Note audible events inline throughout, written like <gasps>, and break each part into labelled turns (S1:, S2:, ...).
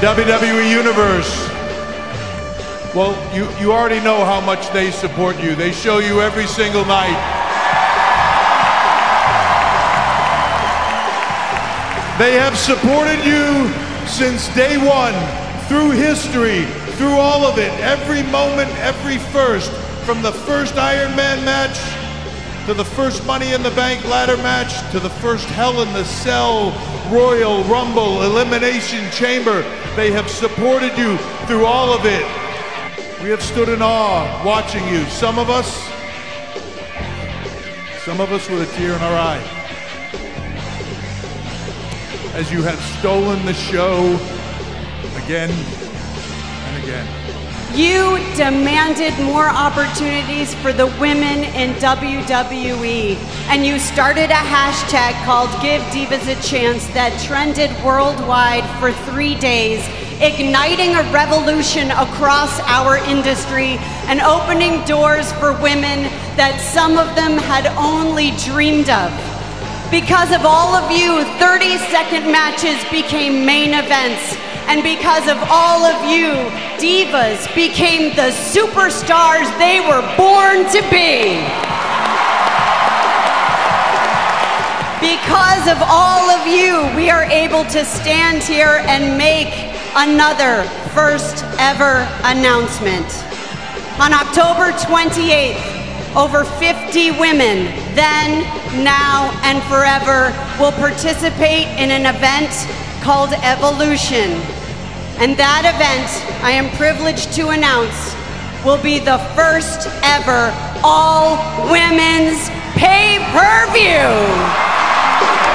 S1: WWE E Universe. Well, you, you already know how much they support you. They show you every single night. They have supported you since day one, through history, through all of it, every moment, every first, from the first Iron Man match to the first Money in the Bank ladder match to the first Hell in the Cell Royal Rumble Elimination Chamber. They have supported you through all of it. We have stood in awe watching you. Some of us, some of us with a tear in our eye. As you have stolen the show again and again.
S2: You demanded more opportunities for the women in WWE, and you started a hashtag called Give Divas a Chance that trended worldwide for three days, igniting a revolution across our industry and opening doors for women that some of them had only dreamed of. Because of all of you, 30 second matches became main events. And because of all of you, divas became the superstars they were born to be. Because of all of you, we are able to stand here and make another first ever announcement. On October 28th, over 50 women, then, now, and forever, will participate in an event called Evolution. And that event, I am privileged to announce, will be the first ever all women's pay per view.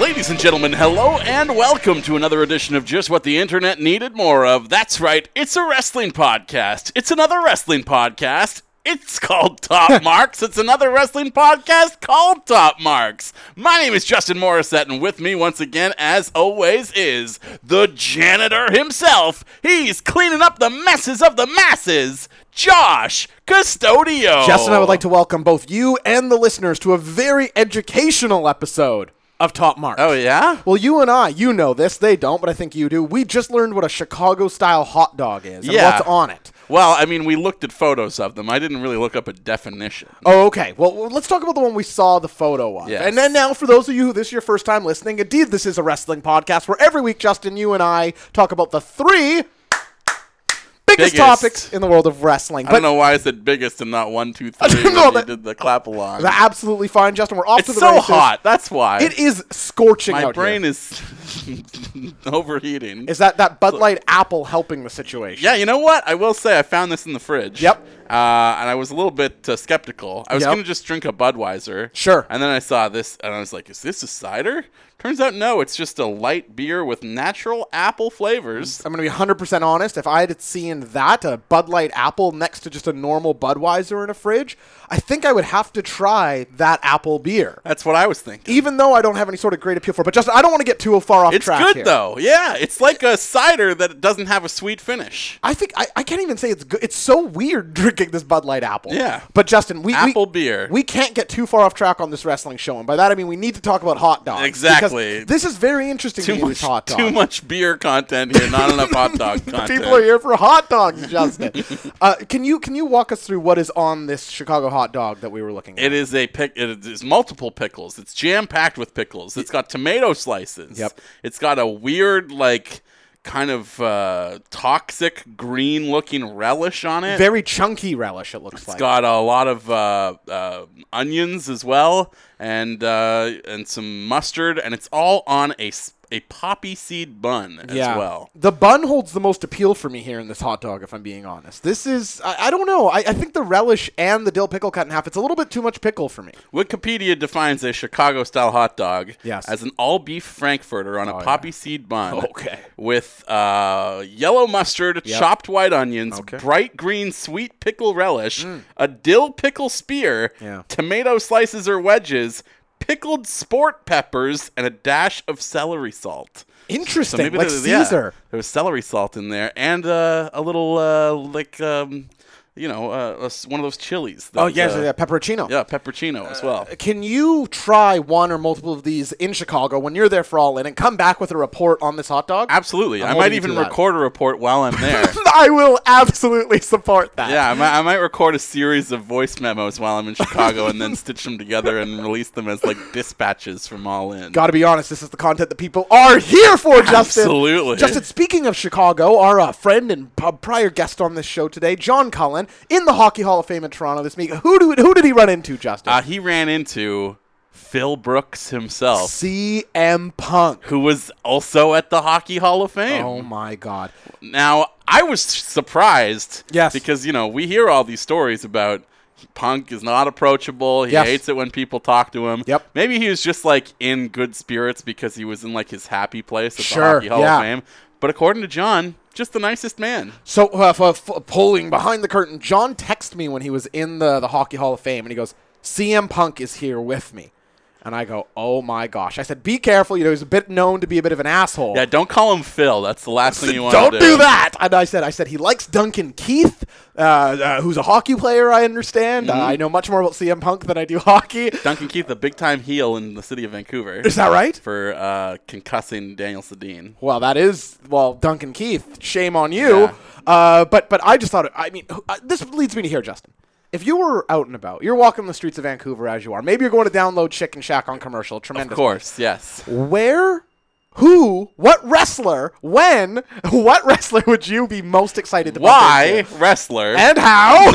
S3: Ladies and gentlemen, hello and welcome to another edition of Just What the Internet Needed More of. That's right, it's a wrestling podcast. It's another wrestling podcast. It's called
S4: <laughs>
S3: Top Marks. It's another wrestling podcast called Top Marks. My name is Justin Morissette, and with me once again, as always, is the janitor himself. He's cleaning up the messes of the masses, Josh Custodio.
S4: Justin, I would like
S3: Oh.
S4: to welcome both you and the listeners to a very educational episode of Top Marks.
S3: Oh, yeah?
S4: Well, you and I, you know this. They don't, but I think you do. We just learned what a Chicago style hot dog is and
S3: Yeah.
S4: what's on it.
S3: Well, I mean, we looked at photos of them. I didn't really look up a definition.
S4: Oh, okay. Well, well, let's talk about the one we saw the photo of.
S3: Yes.
S4: And then now, for those of you who this is your first time listening, indeed, this is a wrestling podcast where every week, Justin, you and I talk about the three biggest,
S3: Biggest.
S4: topics in the world of wrestling.
S3: I don't know why I said biggest and not one, two,
S4: <laughs> I
S3: three.
S4: don't know
S3: when you
S4: that-
S3: did the clap along.
S4: absolutely fine, Justin. We're off
S3: it's
S4: to the
S3: so
S4: races.
S3: hot. That's why.
S4: It is scorching
S3: My
S4: out here.
S3: brain is <laughs> overheating.
S4: Is that that Bud Light apple helping the situation?
S3: yeah, you know what? I will say I found this in the fridge.
S4: Yep.
S3: Uh, and I was a little bit uh, skeptical. I was
S4: Yep.
S3: going to just drink a Budweiser.
S4: Sure.
S3: And then I saw this and I was like, is this a cider? Turns out no, it's just a light beer with natural apple flavors.
S4: I'm going to be 100% honest. If I had seen that, a Bud Light apple next to just a normal Budweiser in a fridge, I think I would have to try that apple beer.
S3: That's what I was thinking.
S4: Even though I don't have any sort of great appeal for it. But Justin, I don't want to get too far off
S3: It's
S4: track.
S3: good
S4: here.
S3: though. Yeah, it's like a cider that doesn't have a sweet finish.
S4: I think I, I can't even say it's good. It's so weird <laughs> drinking this Bud Light apple.
S3: Yeah.
S4: But Justin, we we-
S3: Apple beer.
S4: We can't get too far off track on this wrestling show, and by that I mean we need to talk about hot dogs. because
S3: Exactly.
S4: This is very interesting.
S3: Too
S4: to me,
S3: much,
S4: this hot dogs.
S3: too much beer content here. Not enough hot
S4: <laughs>
S3: dog content.
S4: People are here for hot dogs, Justin. uh, can you can you walk us through what is on this Chicago hot dog that we were looking at?
S3: It is a pick. It is multiple pickles. It's jam packed with pickles. It's got tomato slices.
S4: Yep.
S3: It's got a weird like kind of uh, toxic green looking relish on it.
S4: Very chunky relish. It looks like.
S3: It's got a lot of uh, uh, onions as well, and uh, and some mustard, and it's all on a s- a poppy seed bun as well.
S4: The bun holds the most appeal for me here in this hot dog, if I'm being honest. This is, I, I don't know. I, I think the relish and the dill pickle cut in half, it's a little bit too much pickle for me.
S3: Wikipedia defines a Chicago style hot dog
S4: Yes. Oh,
S3: as an all beef Frankfurter on a
S4: yeah.
S3: poppy seed bun
S4: <laughs> Okay.
S3: with uh, yellow mustard, chopped white onions, bright green sweet pickle relish, a dill pickle spear,
S4: Mm. Yeah.
S3: tomato slices or wedges, pickled sport peppers, and a dash of celery salt.
S4: Interesting. like
S3: there was- yeah,
S4: Caesar.
S3: there was celery salt in there and uh, a little uh, like um, you know, uh, a s- one of those chilies.
S4: Oh
S3: those,
S4: yes,
S3: uh,
S4: yeah, Uh, pepperoncino.
S3: yeah, peppercino as well.
S4: Can you try one or multiple of these in Chicago when you're there for all in, and come back with a report on this hot dog?
S3: Absolutely,
S4: I'm
S3: I
S4: holding
S3: might
S4: you
S3: even
S4: to that.
S3: record a report while I'm there.
S4: <laughs> I will absolutely support that.
S3: Yeah, I might, I might record a series of voice memos while I'm in Chicago and then stitch them together and release them as like dispatches from All In.
S4: Got to be honest, this is the content that people are here for, Justin.
S3: Absolutely.
S4: Justin, speaking of Chicago, our uh, friend and p- prior guest on this show today, John Cullen, in the Hockey Hall of Fame in Toronto this week. Who do, who did he run into, Justin?
S3: Uh, he ran into Phil Brooks himself,
S4: CM Punk.
S3: who was also at the Hockey Hall of Fame.
S4: Oh my God.
S3: Now, I was surprised.
S4: Yes.
S3: Because, you know, we hear all these stories about Punk is not approachable. He
S4: Yes.
S3: hates it when people talk to him.
S4: Yep.
S3: Maybe he was just, like, in good spirits because he was in, like, his happy place at
S4: Sure,
S3: the Hockey Hall
S4: yeah.
S3: of Fame. But according to John, just the nicest man.
S4: So, uh, f- f- pulling behind the curtain, John texted me when he was in the, the Hockey Hall of Fame, and he goes, CM Punk is here with me. And I go, oh my gosh. I said, be careful. You know, he's a bit known to be a bit of an asshole.
S3: Yeah, don't call him Phil. That's the last thing you want
S4: Don't
S3: to
S4: do. that. And I said, I said he likes Duncan Keith, uh, uh, who's a hockey player. I understand. Uh,
S3: Mm-hmm.
S4: I know much more about CM Punk than I do hockey.
S3: Duncan Keith, a big time heel in the city of Vancouver.
S4: Is that right?
S3: For uh, concussing Daniel Sedin.
S4: Well, that is well, Duncan Keith. Shame on you.
S3: Yeah.
S4: Uh, but but I just thought. I mean, who- uh, this leads me to here, Justin. If you were out and about, you're walking the streets of Vancouver as you are. Maybe you're going to download Chicken Shack on commercial. Tremendous.
S3: Of course, yes.
S4: Where, who, what wrestler, when, <laughs> what wrestler would you be most excited to bump
S3: Why
S4: into?
S3: wrestler? <laughs>
S4: and how?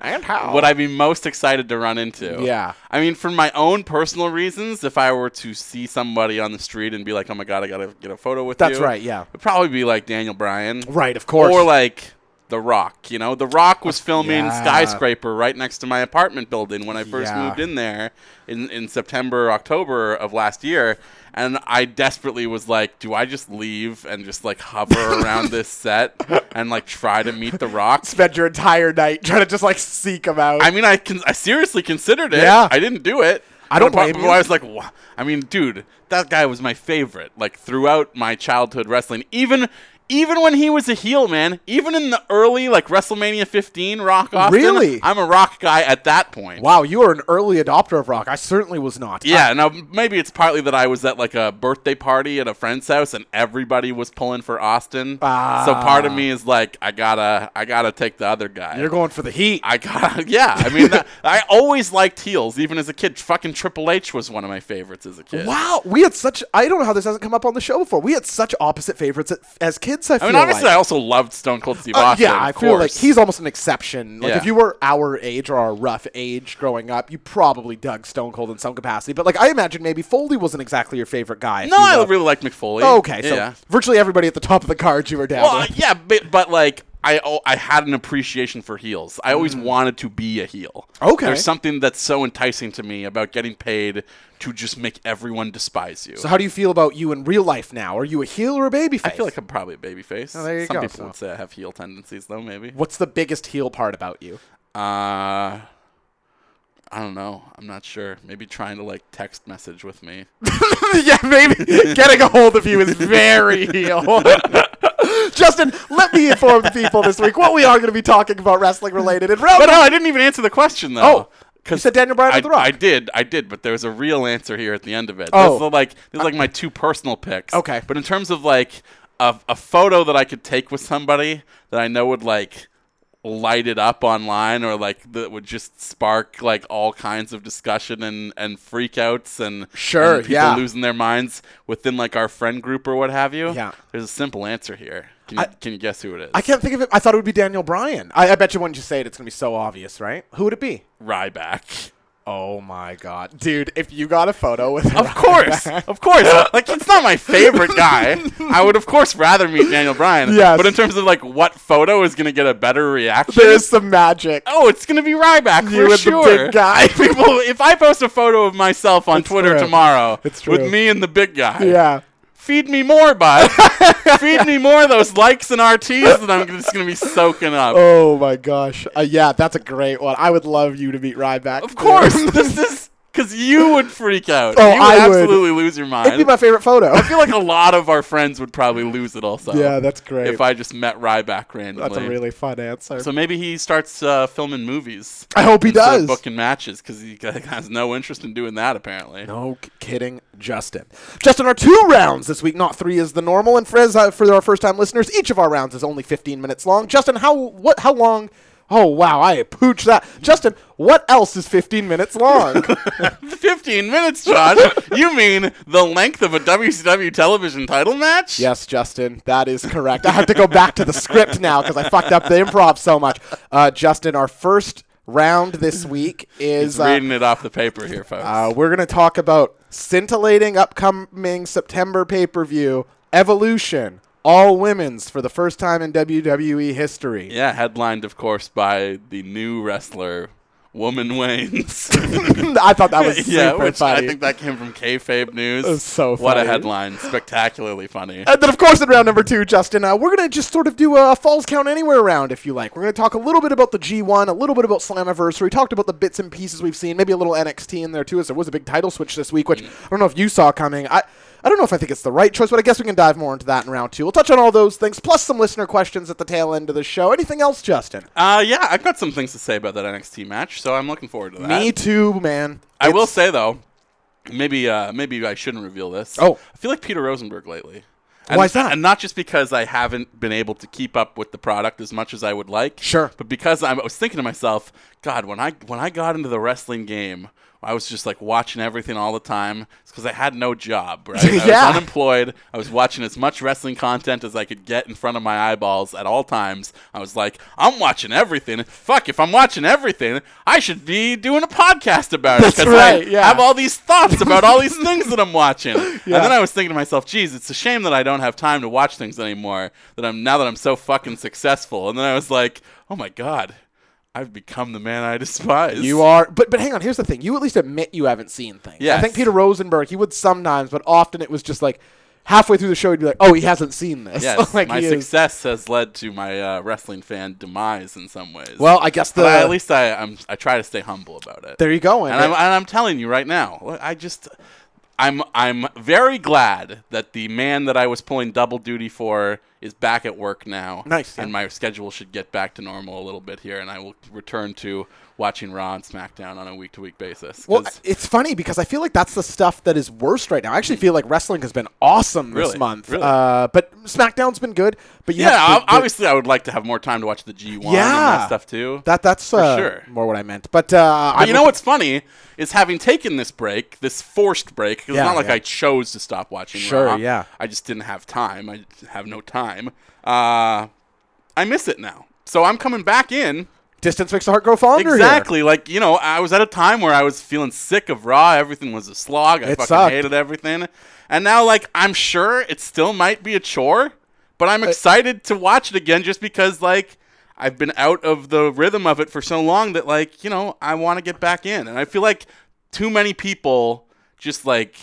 S4: and how?
S3: would I be most excited to run into?
S4: Yeah.
S3: I mean, for my own personal reasons, if I were to see somebody on the street and be like, oh my God, I got to get a photo with
S4: That's
S3: you.
S4: right, yeah.
S3: It'd probably be like Daniel Bryan.
S4: Right, of course.
S3: Or like The Rock. You know, The Rock was filming
S4: Yeah.
S3: Skyscraper right next to my apartment building when I first
S4: Yeah.
S3: moved in there in, in September, October of last year. And I desperately was like, do I just leave and just like hover
S4: <laughs>
S3: around this set and like try to meet The Rock?
S4: spend your entire night trying to just like seek him out.
S3: I mean, I can. I seriously considered it.
S4: Yeah.
S3: I didn't do it.
S4: I don't
S3: But apart-
S4: blame
S3: but
S4: you.
S3: I was like, "Wha- I mean, dude, that guy was my favorite. Like throughout my childhood wrestling, even even when he was a heel, man. Even in the early like WrestleMania 15, Rock Austin.
S4: Really?
S3: I'm a Rock guy at that point.
S4: wow, you are an early adopter of rock. I certainly was not.
S3: Yeah, now maybe it's partly that I was at like a birthday party at a friend's house and everybody was pulling for Austin. So part of me is like, I gotta, I gotta take the other guy.
S4: I- Ah. you're going for the heat.
S3: I got <laughs> yeah. I mean, that, I always liked heels, even as a kid. Fucking Triple H was one of my favorites as a kid.
S4: Wow, we had such. I don't know how this hasn't come up on the show before. We had such opposite favorites at, as kids. I,
S3: I mean,
S4: feel
S3: obviously, I
S4: like.
S3: also loved Stone Cold Steve
S4: Uh,
S3: Austin.
S4: yeah,
S3: of
S4: I
S3: course.
S4: feel like he's almost an exception. Like
S3: Yeah.
S4: if you were our age or our rough age growing up, you probably dug Stone Cold in some capacity. But like I imagine maybe Foley wasn't exactly your favorite guy. if
S3: No,
S4: you
S3: I
S4: will.
S3: really liked McFoley.
S4: Okay, so
S3: yeah.
S4: virtually everybody at the top of the card you were down
S3: Well,
S4: with.
S3: yeah, but, but like I oh, I had an appreciation for heels. I always wanted to be a heel.
S4: Mm. Okay.
S3: There's something that's so enticing to me about getting paid to just make everyone despise you.
S4: So how do you feel about you in real life now? Are you a heel or a babyface?
S3: I feel like I'm probably a babyface.
S4: Oh, there you
S3: Some
S4: go,
S3: people
S4: so.
S3: would say I have heel tendencies, though. Maybe.
S4: What's the biggest heel part about you?
S3: Uh, I don't know. I'm not sure. Maybe trying to like text message with me.
S4: <laughs> yeah, <laughs> maybe getting a hold of you is very heel. <laughs> Justin, let me inform the people this week what we are going to be talking about wrestling related. And
S3: <laughs>
S4: round
S3: But
S4: <laughs>
S3: no, I didn't even answer the question though.
S4: Oh, you said Daniel Bryan
S3: I,
S4: with The Rock.
S3: I did, I did, but there was a real answer here at the end of it.
S4: Oh.
S3: This is like this is like my two personal picks.
S4: Okay.
S3: But in terms of like a, a photo that I could take with somebody that I know would like light it up online or like that would just spark like all kinds of discussion and and freakouts and
S4: Sure,
S3: and people
S4: yeah.
S3: losing their minds within like our friend group or what have you
S4: Yeah.
S3: there's a simple answer here can you, can you guess who it is
S4: I can't think of it. I thought it would be Daniel Bryan. I, I bet you when you say it, it's going to be so obvious, right? Who would it be?
S3: ryback
S4: Oh my god, dude! If you got a photo with
S3: Of course, of
S4: <laughs>
S3: course. Like it's not my favorite guy. I would of course rather meet Daniel Bryan.
S4: Yes.
S3: But in terms of like what photo is gonna get a better reaction,
S4: there's some magic.
S3: oh, it's gonna be Ryback
S4: you
S3: for
S4: and
S3: sure.
S4: the big
S3: <laughs>
S4: guy.
S3: People, if I post a photo of myself on
S4: It's
S3: Twitter
S4: true.
S3: tomorrow
S4: It's true.
S3: with me and the big guy,
S4: yeah.
S3: feed me more,
S4: <laughs>
S3: bud. feed me more of those likes and RTs that I'm just gonna be soaking up.
S4: Oh my gosh. Uh, yeah, that's a great one. I would love you to meet Ryback. <laughs>
S3: <laughs> Of course, this is because you would freak out.
S4: Oh,
S3: you would
S4: I would.
S3: absolutely lose your mind.
S4: It'd be my
S3: <laughs>
S4: favorite photo.
S3: I feel like a lot of our friends would probably lose it also.
S4: Yeah, that's great.
S3: If I just met Ryback randomly.
S4: That's a really fun answer.
S3: So maybe he starts uh, filming movies.
S4: I hope he
S3: instead of
S4: does.
S3: Booking matches because he <laughs> has no interest in doing that apparently.
S4: No k- kidding, Justin. Justin, our two rounds this week, not three is the normal. And for, as, uh, for our first time listeners, each of our rounds is only 15 minutes long. Justin, how what how long? Oh, wow, I pooched that. Justin, what else is 15
S3: <laughs>
S4: minutes long?
S3: 15 minutes,
S4: <laughs>
S3: John. you mean the length of a WCW television title match?
S4: yes, Justin, that is correct. I have to go back to the script now because I fucked up the improv so much. Uh, Justin, our first round this week is.
S3: He's
S4: uh,
S3: reading it off the paper here, folks.
S4: Uh, we're going to talk about scintillating upcoming September pay per view, Evolution, all women's for the first time in WWE history.
S3: yeah, headlined, of course, by the new wrestler, Woman
S4: <laughs>
S3: Waynes. <laughs>
S4: <laughs> I thought that was
S3: yeah,
S4: super
S3: which
S4: funny.
S3: I think that came from kayfabe news.
S4: was so
S3: What a
S4: funny.
S3: headline! Spectacularly funny.
S4: and then, of course, in round number two, Justin, uh, we're going to just sort of do a Falls Count Anywhere round, if you like. We're going to talk a little bit about the G1, a little bit about Slammiversary, talked about the bits and pieces we've seen, maybe a little NXT in there, too, as there was a big title switch this week, which I don't know if you saw coming. I, I don't know if I think it's the right choice, but I guess we can dive more into that in round two. We'll touch on all those things, plus some listener questions at the tail end of the show. Anything else, Justin?
S3: Uh, yeah, I've got some things to say about that NXT match, so I'm looking forward to that.
S4: Me too, man.
S3: I will
S4: It's-
S3: say though, maybe uh, maybe I shouldn't reveal this.
S4: Oh.
S3: I feel like Peter Rosenberg lately.
S4: Why
S3: And-
S4: is that?
S3: And not just because I haven't been able to keep up with the product as much as I would like.
S4: Sure.
S3: But because I'm, I was thinking to myself, God, when I when I got into the wrestling game, I was just like watching everything all the time. It's because I had no job,
S4: <laughs>
S3: right? I
S4: Yeah.
S3: was unemployed. I was watching as much wrestling content as I could get in front of my eyeballs at all times. I was like, I'm watching everything. Fuck, if I'm watching everything, I should be doing a podcast about it.
S4: That's
S3: 'cause
S4: right,
S3: I
S4: yeah.
S3: have all these thoughts about all these things that I'm watching.
S4: <laughs>
S3: And
S4: Yeah.
S3: then I was thinking to myself, geez, it's a shame that I don't have time to watch things anymore. That I'm now that I'm so fucking successful. And then I was like, oh my god, I've become the man I <laughs> despise.
S4: You are, but but hang on. Here's the thing. You at least admit you haven't seen things. I
S3: Yes.
S4: think Peter Rosenberg. He would sometimes, but often it was just like halfway through the show, he'd be like, "Oh, he hasn't seen <laughs> this."
S3: Yes,
S4: like
S3: my
S4: he is-
S3: success has led to my uh, wrestling fan demise in some ways.
S4: Well, I guess the
S3: but I, at least I I'm, I try to stay humble about it.
S4: there you go.
S3: and I'm, and I'm telling you right now, look, I just I'm I'm very glad that the man that I was pulling double duty for is back at work now.
S4: Nice,
S3: And
S4: yeah.
S3: my schedule should get back to normal a little bit here, and I will return to watching Raw and SmackDown on a week to week basis. 'cause-
S4: well, it's funny because I feel like that's the stuff that is worst right now. I actually feel like wrestling has been awesome this
S3: Really?
S4: month.
S3: Really?
S4: Uh, but SmackDown's been good. But you
S3: yeah,
S4: have
S3: ob-
S4: to- the-
S3: obviously I would like to have more time to watch the G1 and
S4: Yeah.
S3: that stuff too.
S4: that that's uh,
S3: sure.
S4: more what I meant. But uh,
S3: But
S4: I'm
S3: you know
S4: looking-
S3: what's funny is having taken this break, this forced break. 'cause
S4: Yeah,
S3: it's not like
S4: yeah.
S3: I chose to stop watching.
S4: Sure,
S3: Raw.
S4: yeah.
S3: I just didn't have time. I just have no time. Uh, I miss it now. So I'm coming back in.
S4: Distance makes the heart grow fonder. here.
S3: Exactly. Like, you know, I was at a time where I was feeling sick of Raw. Everything was a slog. I
S4: It
S3: fucking
S4: sucked.
S3: hated everything. And now, like, I'm sure it still might be a chore, but
S4: Uh,
S3: I'm excited to watch it again just because, like, I've been out of the rhythm of it for so long that, like, you know, I want to get back in. And I feel like too many people just, like,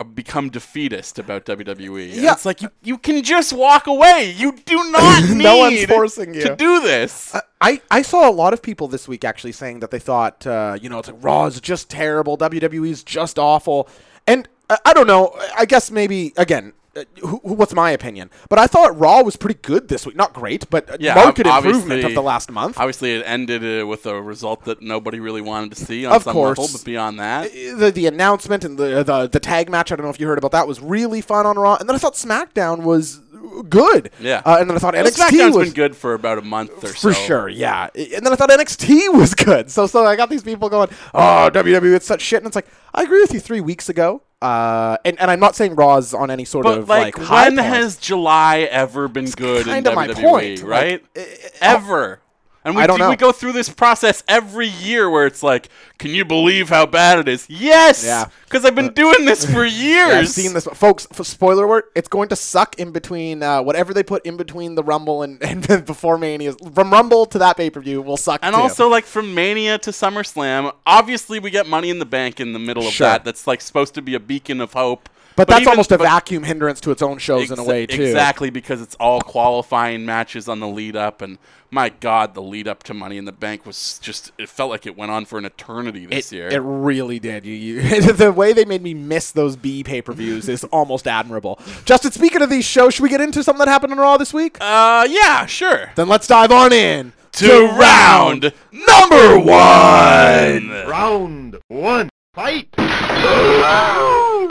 S3: uh, become defeatist about WWE. And
S4: Yeah.
S3: It's like you, you can just walk away. You do not need
S4: <laughs> No one's forcing you.
S3: to do this.
S4: I, I saw a lot of people this week actually saying that they thought, uh, you know, it's like Raw is just terrible, WWE is just awful. And uh, I don't know, I guess maybe, again, uh, who, who- what's my opinion? But I thought Raw was pretty good this week. Not great, but uh
S3: Yeah,
S4: market
S3: ob-
S4: improvement
S3: obviously-
S4: of the last month.
S3: Obviously, it ended uh, with a result that nobody really wanted to see on
S4: Of
S3: some
S4: course.
S3: level, but beyond that,
S4: Uh, the, the announcement and the, the the tag match. I don't know if you heard about that. Was really fun on Raw, and then I thought SmackDown was good.
S3: yeah.
S4: uh, and then I thought
S3: Well,
S4: NXT
S3: SmackDown's
S4: was
S3: been good for about a month or so.
S4: For sure, yeah. I- And then I thought NXT <laughs> was good. So so I got these people going, oh, WWE, it's such shit. And it's like, I agree with you three weeks ago. Uh, and, and I'm not saying Raw's on any sort
S3: But
S4: of
S3: like,
S4: like, high
S3: when
S4: point.
S3: has July ever been good in
S4: kinda
S3: WWE?
S4: my point, like,
S3: Right?
S4: uh, uh,
S3: ever. And we,
S4: I don't
S3: do- we
S4: know.
S3: go through this process every year where it's like, can you believe how bad it is? Yes,
S4: Yeah. Uh,
S3: because I've been doing this for years.
S4: <laughs> Yeah, I've seen this, folks. F- spoiler alert: It's going to suck in between uh, whatever they put in between the Rumble and, <laughs> and before Mania. From Rumble to that pay per view will suck.
S3: And
S4: too.
S3: also, like from Mania to SummerSlam, obviously we get Money in the Bank in the middle of
S4: Sure.
S3: that. That's like supposed to be a beacon of hope.
S4: But, that's
S3: even-
S4: almost a
S3: but-
S4: vacuum hindrance to its own shows in a
S3: Exa-
S4: way too.
S3: Exactly because it's all qualifying matches on the lead up, and my God, the lead up to Money in the Bank was just—it felt like it went on for an eternity this
S4: It,
S3: year.
S4: it really did. You, you <laughs> the way they made me miss those B pay per views is almost admirable. Justin, speaking of these shows, should we get into something that happened on Raw this week?
S3: uh, yeah, sure.
S4: then let's dive on in
S3: to round number one.
S1: Round one. Fight.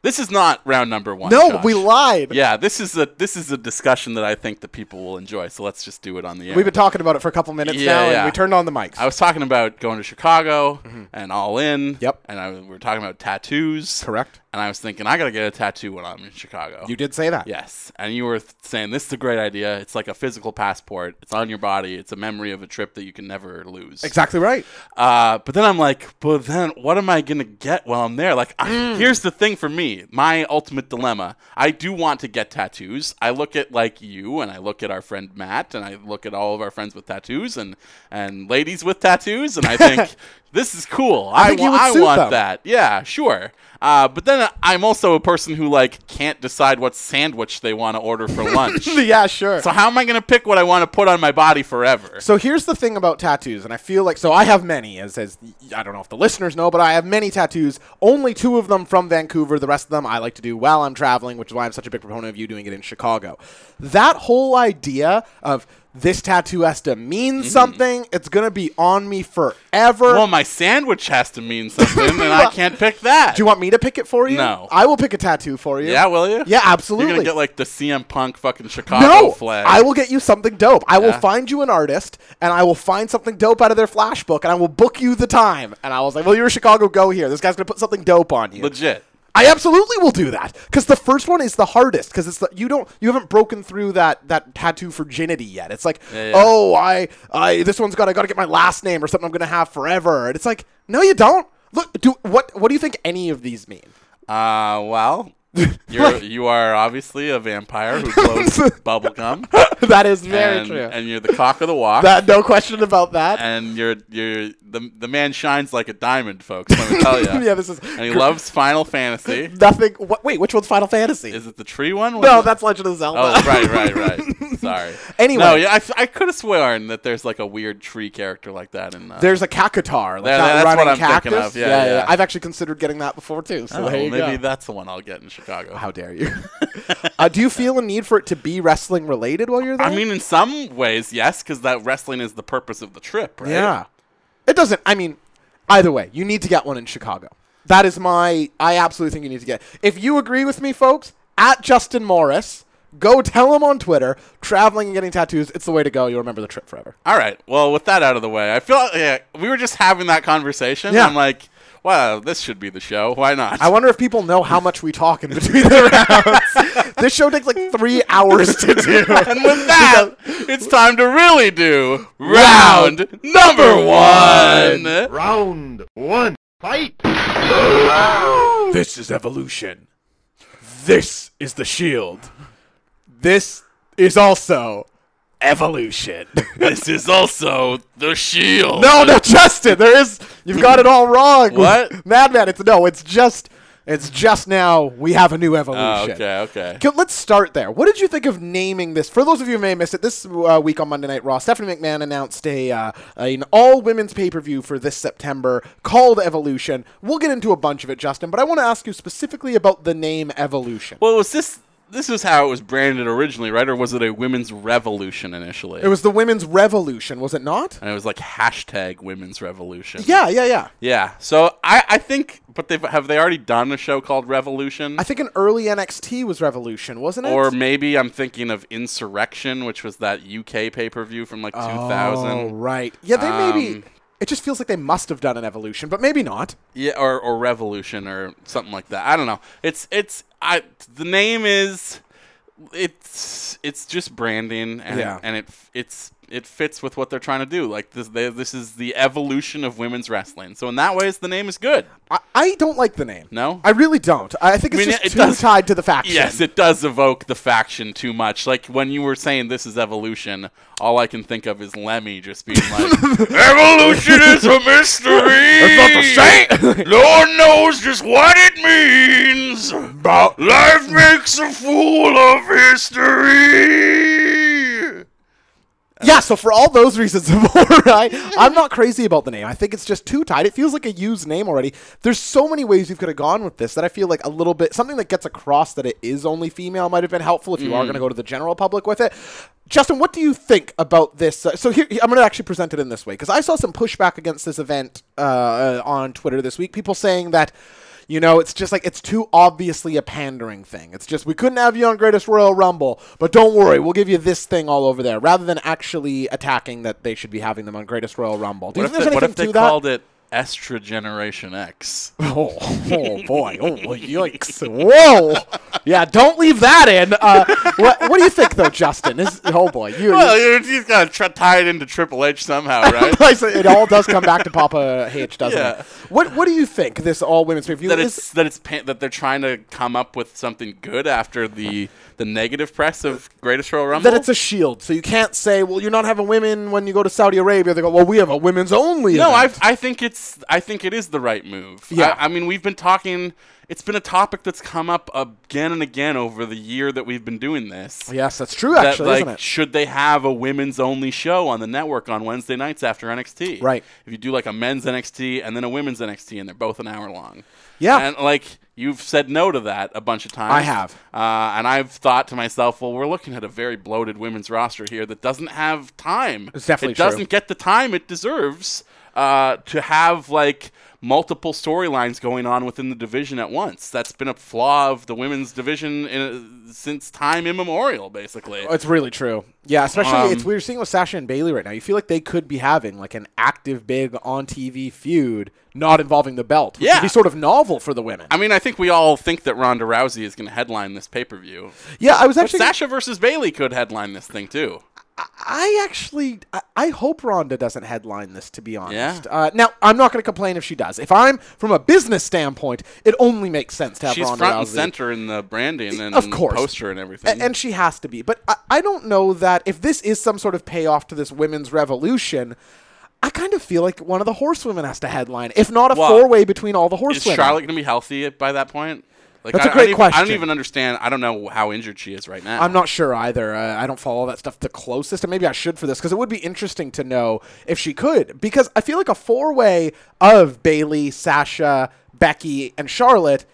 S3: This is not round number one.
S4: No,
S3: Josh.
S4: we lied.
S3: Oh, Yeah, this is a this is a discussion that I think the people will enjoy. So let's just do it on the air.
S4: We've been talking about it for a couple minutes
S3: Yeah,
S4: now,
S3: yeah.
S4: and we turned on the mics.
S3: I was talking about going to Chicago and all in.
S4: Mm-hmm. Yep.
S3: And I, we were talking about tattoos.
S4: Correct.
S3: And I was thinking I gotta get a tattoo when I'm in Chicago.
S4: you did say that.
S3: Yes, and you were th- saying this is a great idea. It's like a physical passport. It's on your body. It's a memory of a trip that you can never lose.
S4: Exactly right. <laughs>
S3: Uh, but then I'm like, but then what am I gonna get while I'm there? Like, I,
S4: Mm.
S3: here's the thing for me, my ultimate dilemma. I do want to get tattoos. I look at like you, and I look at our friend Matt, and I look at all of our friends with tattoos, and and ladies with tattoos, and I
S4: <laughs>
S3: think this is cool. I,
S4: think you
S3: wa-
S4: would
S3: I
S4: suit
S3: want
S4: them.
S3: that. Yeah, sure. Uh, but then I'm also a person who like can't decide what sandwich they want to order for
S4: <laughs>
S3: lunch.
S4: yeah, sure.
S3: So how am I gonna pick what I want to put on my body forever?
S4: So here's the thing about tattoos, and I feel like so I have many, as as I don't know if the listeners know, but I have many tattoos. Only two of them from Vancouver. The rest of them I like to do while I'm traveling, which is why I'm such a big proponent of you doing it in Chicago. That whole idea of this tattoo has to mean something. It's gonna be on me forever.
S3: Mm-hmm. Well, my sandwich has to mean something, and
S4: <laughs>
S3: I can't pick that.
S4: do you want me to pick it for you?
S3: No.
S4: I will pick a tattoo for you.
S3: Yeah, will you?
S4: Yeah,
S3: You're
S4: absolutely.
S3: gonna get like the CM Punk fucking Chicago
S4: No,
S3: flag.
S4: I will get you something dope. I will
S3: Yeah.
S4: find you an artist, and I will find something dope out of their flash book, and I will book you the time. And I was like, "Well, you're a Chicago. Go here. This guy's gonna put something dope on
S3: <laughs>
S4: you."
S3: legit.
S4: I absolutely will do that because the first one is the hardest because it's the, you don't you haven't broken through that that tattoo virginity yet. It's like,
S3: Yeah, yeah.
S4: oh, I, I this one's got I got to get my last name or something I'm gonna have forever. And it's like, no, you don't. Look, do what? What do you think any of these mean? <laughs>
S3: Uh, well, you're you are obviously a vampire
S4: <laughs>
S3: who blows bubblegum.
S4: that is very
S3: and,
S4: true.
S3: And you're the cock of the walk.
S4: that no question about that.
S3: and you're you're the the man shines like a diamond, folks. Let me tell you.
S4: <laughs> Yeah, this is
S3: oh, And he
S4: gr-
S3: loves Final Fantasy.
S4: <laughs> Nothing. What, wait, which one's Final Fantasy?
S3: Is it the tree one? What
S4: no,
S3: is it?
S4: that's Legend of Zelda.
S3: Oh, right, right,
S4: <laughs>
S3: right. Sorry.
S4: Anyway.
S3: no, yeah, I, f- I could have sworn that there's like a weird tree character like that in. Uh,
S4: <laughs> There's a cacatar, like
S3: There-
S4: that
S3: that's what
S4: running
S3: I'm
S4: cactus.
S3: thinking of. Yeah, yeah.
S4: I've actually considered getting that before too. So
S3: Oh,
S4: there you
S3: maybe
S4: go.
S3: that's the one I'll get in Chicago.
S4: How
S3: <laughs>
S4: dare you? <laughs> uh, do you feel a need for it to be wrestling related while you're there?
S3: I mean, in some ways, yes, because that wrestling is the purpose of the trip, right?
S4: yeah. It doesn't. I mean, either way, you need to get one in Chicago. That is my. I absolutely think you need to get. If you agree with me, folks, at Justin Morris, go tell him on Twitter. Traveling and getting tattoos, it's the way to go. You'll remember the trip forever.
S3: All right. Well, with that out of the way, I feel like yeah, we were just having that conversation.
S4: Yeah.
S3: I'm like, wow, this should be the show. Why not?
S4: I wonder if people know how much we talk in between
S3: <laughs>
S4: the rounds. this show takes like three hours to do.
S3: and
S4: <laughs>
S3: with that, it's time to really do round number one.
S1: Round one. Fight.
S4: This is evolution. This is the shield. This is also evolution.
S3: <laughs> This is also the Shield.
S4: no, no, Justin, there is you've got it all wrong.
S3: What?
S4: Madman, it's no, it's just it's just now we have a new evolution.
S3: Oh, okay, okay.
S4: Okay, Let's start there. What did you think of naming this? For those of you who may have missed it, this uh, week on Monday Night Raw, Stephanie McMahon announced a uh, an all women's pay per view for this September called Evolution. We'll get into a bunch of it, Justin, but I want to ask you specifically about the name Evolution.
S3: Well, was this? This is how it was branded originally, right? Or was it a women's revolution initially?
S4: it was the women's revolution, was it not?
S3: and it was like hashtag women's revolution.
S4: Yeah, yeah, yeah.
S3: Yeah. So I, I think, but they've have they already done a show called Revolution?
S4: I think an early NXT was Revolution, wasn't it?
S3: or maybe I'm thinking of Insurrection, which was that UK pay per view from like 2000.
S4: oh, right. Yeah, they maybe.
S3: Um,
S4: It just feels like they must have done an Evolution, but maybe not.
S3: Yeah, or, or Revolution or something like that. I don't know. It's it's I the name is it's it's just branding and
S4: Yeah.
S3: and it it's it fits with what they're trying to do. Like this, they, this is the evolution of women's wrestling. So in that way, the name is good.
S4: I, I don't like the name.
S3: No?
S4: I really don't. I I think it's
S3: mean,
S4: just
S3: it
S4: too
S3: does-
S4: tied to the faction.
S3: Yes, it does evoke the faction too much. Like when you were saying this is evolution, all I can think of is Lemmy just being <laughs> like, "Evolution is a mystery. It's not the same. <laughs> Lord knows just what it means. Life makes a fool of history."
S4: Yeah, so for all those reasons, <laughs> right, I'm not crazy about the name. I think it's just too tight. It feels like a used name already. There's so many ways you could have gone with this that I feel like a little bit something that gets across that it is only female might have been helpful if you are going to go to the general public with it. Justin, what do you think about this? Uh, so here, I'm going to actually present it in this way because I saw some pushback against this event uh, uh, on Twitter this week. People saying that. You know, it's just like it's too obviously a pandering thing. It's just we couldn't have you on Greatest Royal Rumble, but don't worry, we'll give you this thing all over there, rather than actually attacking that they should be having them on Greatest Royal Rumble. Do
S3: What
S4: you
S3: if,
S4: think
S3: they,
S4: there's
S3: what if
S4: anything
S3: they
S4: to that?
S3: called it Estra Generation X?
S4: <laughs> Oh, oh boy! Oh well, yikes! Whoa! Yeah, don't leave that in. Uh, what, what do you think though, Justin? Is, oh boy, you.
S3: Well, you- he's got to try tie it into Triple H somehow, <laughs> right?
S4: <laughs> it all does come back to Papa H, doesn't
S3: Yeah.
S4: it? What What do you think this all women's pay per view
S3: that
S4: is?
S3: it's that it's pa- that they're trying to come up with something good after the the negative press of Greatest Royal Rumble.
S4: that it's a shield. So you can't say, well, you're not having women when you go to Saudi Arabia. They go, well, we have a women's only.
S3: no, I
S4: event."
S3: I think it's I think it is the right move.
S4: Yeah.
S3: I, I mean we've been talking. It's been a topic that's come up again and again over the year that we've been doing this.
S4: Yes, that's true,
S3: That,
S4: actually,
S3: like,
S4: isn't it?
S3: should they have a women's only show on the network on Wednesday nights after NXT?
S4: Right.
S3: If you do like a men's NXT and then a women's NXT, and they're both an hour long.
S4: Yeah.
S3: And like you've said no to that a bunch of times.
S4: I have.
S3: Uh, and I've thought to myself, well, we're looking at a very bloated women's roster here that doesn't have time.
S4: It's definitely
S3: it
S4: true.
S3: doesn't get the time it deserves uh, to have like multiple storylines going on within the division at once. That's been a flaw of the women's division in, since time immemorial, basically.
S4: It's really true. Yeah, especially
S3: Um,
S4: it's we're seeing with Sasha and Bailey right now. You feel like they could be having like an active, big on TV feud, not involving the belt. Which
S3: Yeah.
S4: would be sort of novel for the women.
S3: I mean, I think we all think that Ronda Rousey is going to headline this pay per view.
S4: yeah, I was
S3: But
S4: actually,
S3: Sasha versus Bailey could headline this thing too.
S4: I actually, I, I hope Ronda doesn't headline this. To be honest,
S3: Yeah.
S4: uh, now I'm not going to complain if she does. If I'm from a business standpoint, it only makes sense to have
S3: She's
S4: Ronda
S3: front and
S4: Rousey.
S3: center in the branding and
S4: Of course.
S3: poster and everything.
S4: and, and she has to be. But I, I don't know that if this is some sort of payoff to this women's revolution. I kind of feel like one of the horsewomen has to headline, if not a
S3: Well,
S4: four-way between all the
S3: Is
S4: horsewomen.
S3: Charlotte going to be healthy at- by that point? Like,
S4: That's a
S3: I- I
S4: great
S3: don't even- I don't
S4: question.
S3: even understand. I don't know how injured she is right now.
S4: I'm not sure either. Uh, I don't follow that stuff the closest, and maybe I should for this because it would be interesting to know if she could. Because I feel like a four-way of Bailey, Sasha, Becky, and Charlotte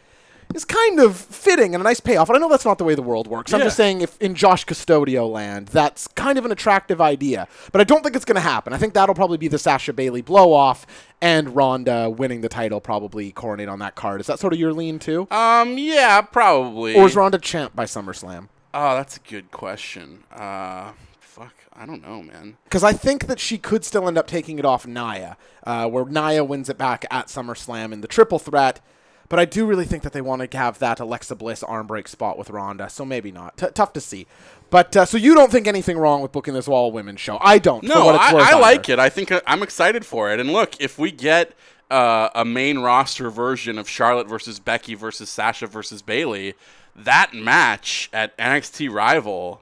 S4: is kind of fitting and a nice payoff. And I know that's not the way the world works. I'm
S3: Yeah.
S4: just saying, if in Josh Custodio land, that's kind of an attractive idea. But I don't think it's going to happen. I think that'll probably be the Sasha Bailey blow-off and Ronda winning the title, probably coronate on that card. Is that sort of your lean too,
S3: Um, yeah, probably.
S4: or is Ronda champ by SummerSlam?
S3: oh, that's a good question. Uh, fuck, I don't know, man.
S4: Because I think that she could still end up taking it off Naya, uh, where Naya wins it back at SummerSlam in the triple threat. But I do really think that they want to have that Alexa Bliss arm break spot with Ronda, so maybe not. T- tough to see. But uh, so you don't think anything wrong with booking this all women's show? I don't. for
S3: No,
S4: what it's
S3: I,
S4: worth
S3: I
S4: either.
S3: like it. I think I- I'm excited for it. And look, if we get uh, a main roster version of Charlotte versus Becky versus Sasha versus Bailey, that match at NXT Rival,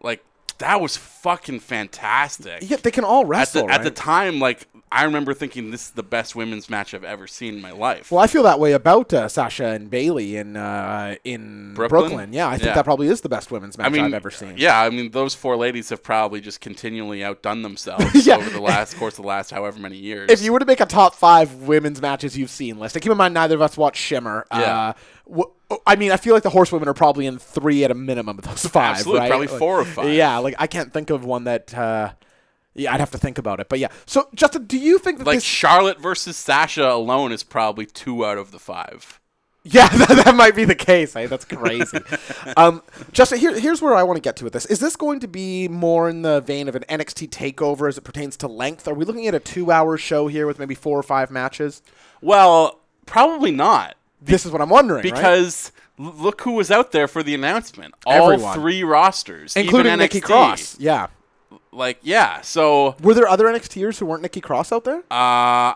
S3: like that was fucking fantastic.
S4: Yeah, they can all
S3: at the,
S4: wrestle.
S3: at the
S4: right?
S3: time, like I remember thinking this is the best women's match I've ever seen in my life.
S4: Well, I feel that way about uh, Sasha and Bailey in uh, in
S3: Brooklyn?
S4: Brooklyn? Yeah, I think
S3: Yeah.
S4: that probably is the best women's match
S3: I mean,
S4: have ever seen.
S3: Yeah, I mean, those four ladies have probably just continually outdone themselves
S4: <laughs> Yeah.
S3: over the last course of the last however many years.
S4: if you were to make a top five women's matches you've seen list, and keep in mind neither of us watch Shimmer.
S3: Yeah.
S4: Uh, wh- I mean, I feel like the horsewomen are probably in three at a minimum of those five.
S3: Absolutely,
S4: right?
S3: probably
S4: Like,
S3: four or five.
S4: Yeah, like I can't think of one that. Uh, yeah, I'd have to think about it. But yeah, so Justin, do you think that
S3: like
S4: this?
S3: Charlotte versus Sasha alone is probably two out of the five.
S4: <laughs> yeah, that, that might be the case. Hey,
S3: <laughs>
S4: that's crazy. um, Justin, here, here's where I want to get to with this. Is this going to be more in the vein of an NXT takeover as it pertains to length? Are we looking at a two-hour show here with maybe four or five matches?
S3: Well, probably not
S4: This is what I'm wondering. right?
S3: because l- look who was out there for the announcement. All
S4: Everyone.
S3: three rosters, even
S4: including Nikki
S3: NXT.
S4: Cross. Yeah.
S3: Like, yeah. So
S4: Were there other NXTers who weren't Nikki Cross out there?
S3: uh,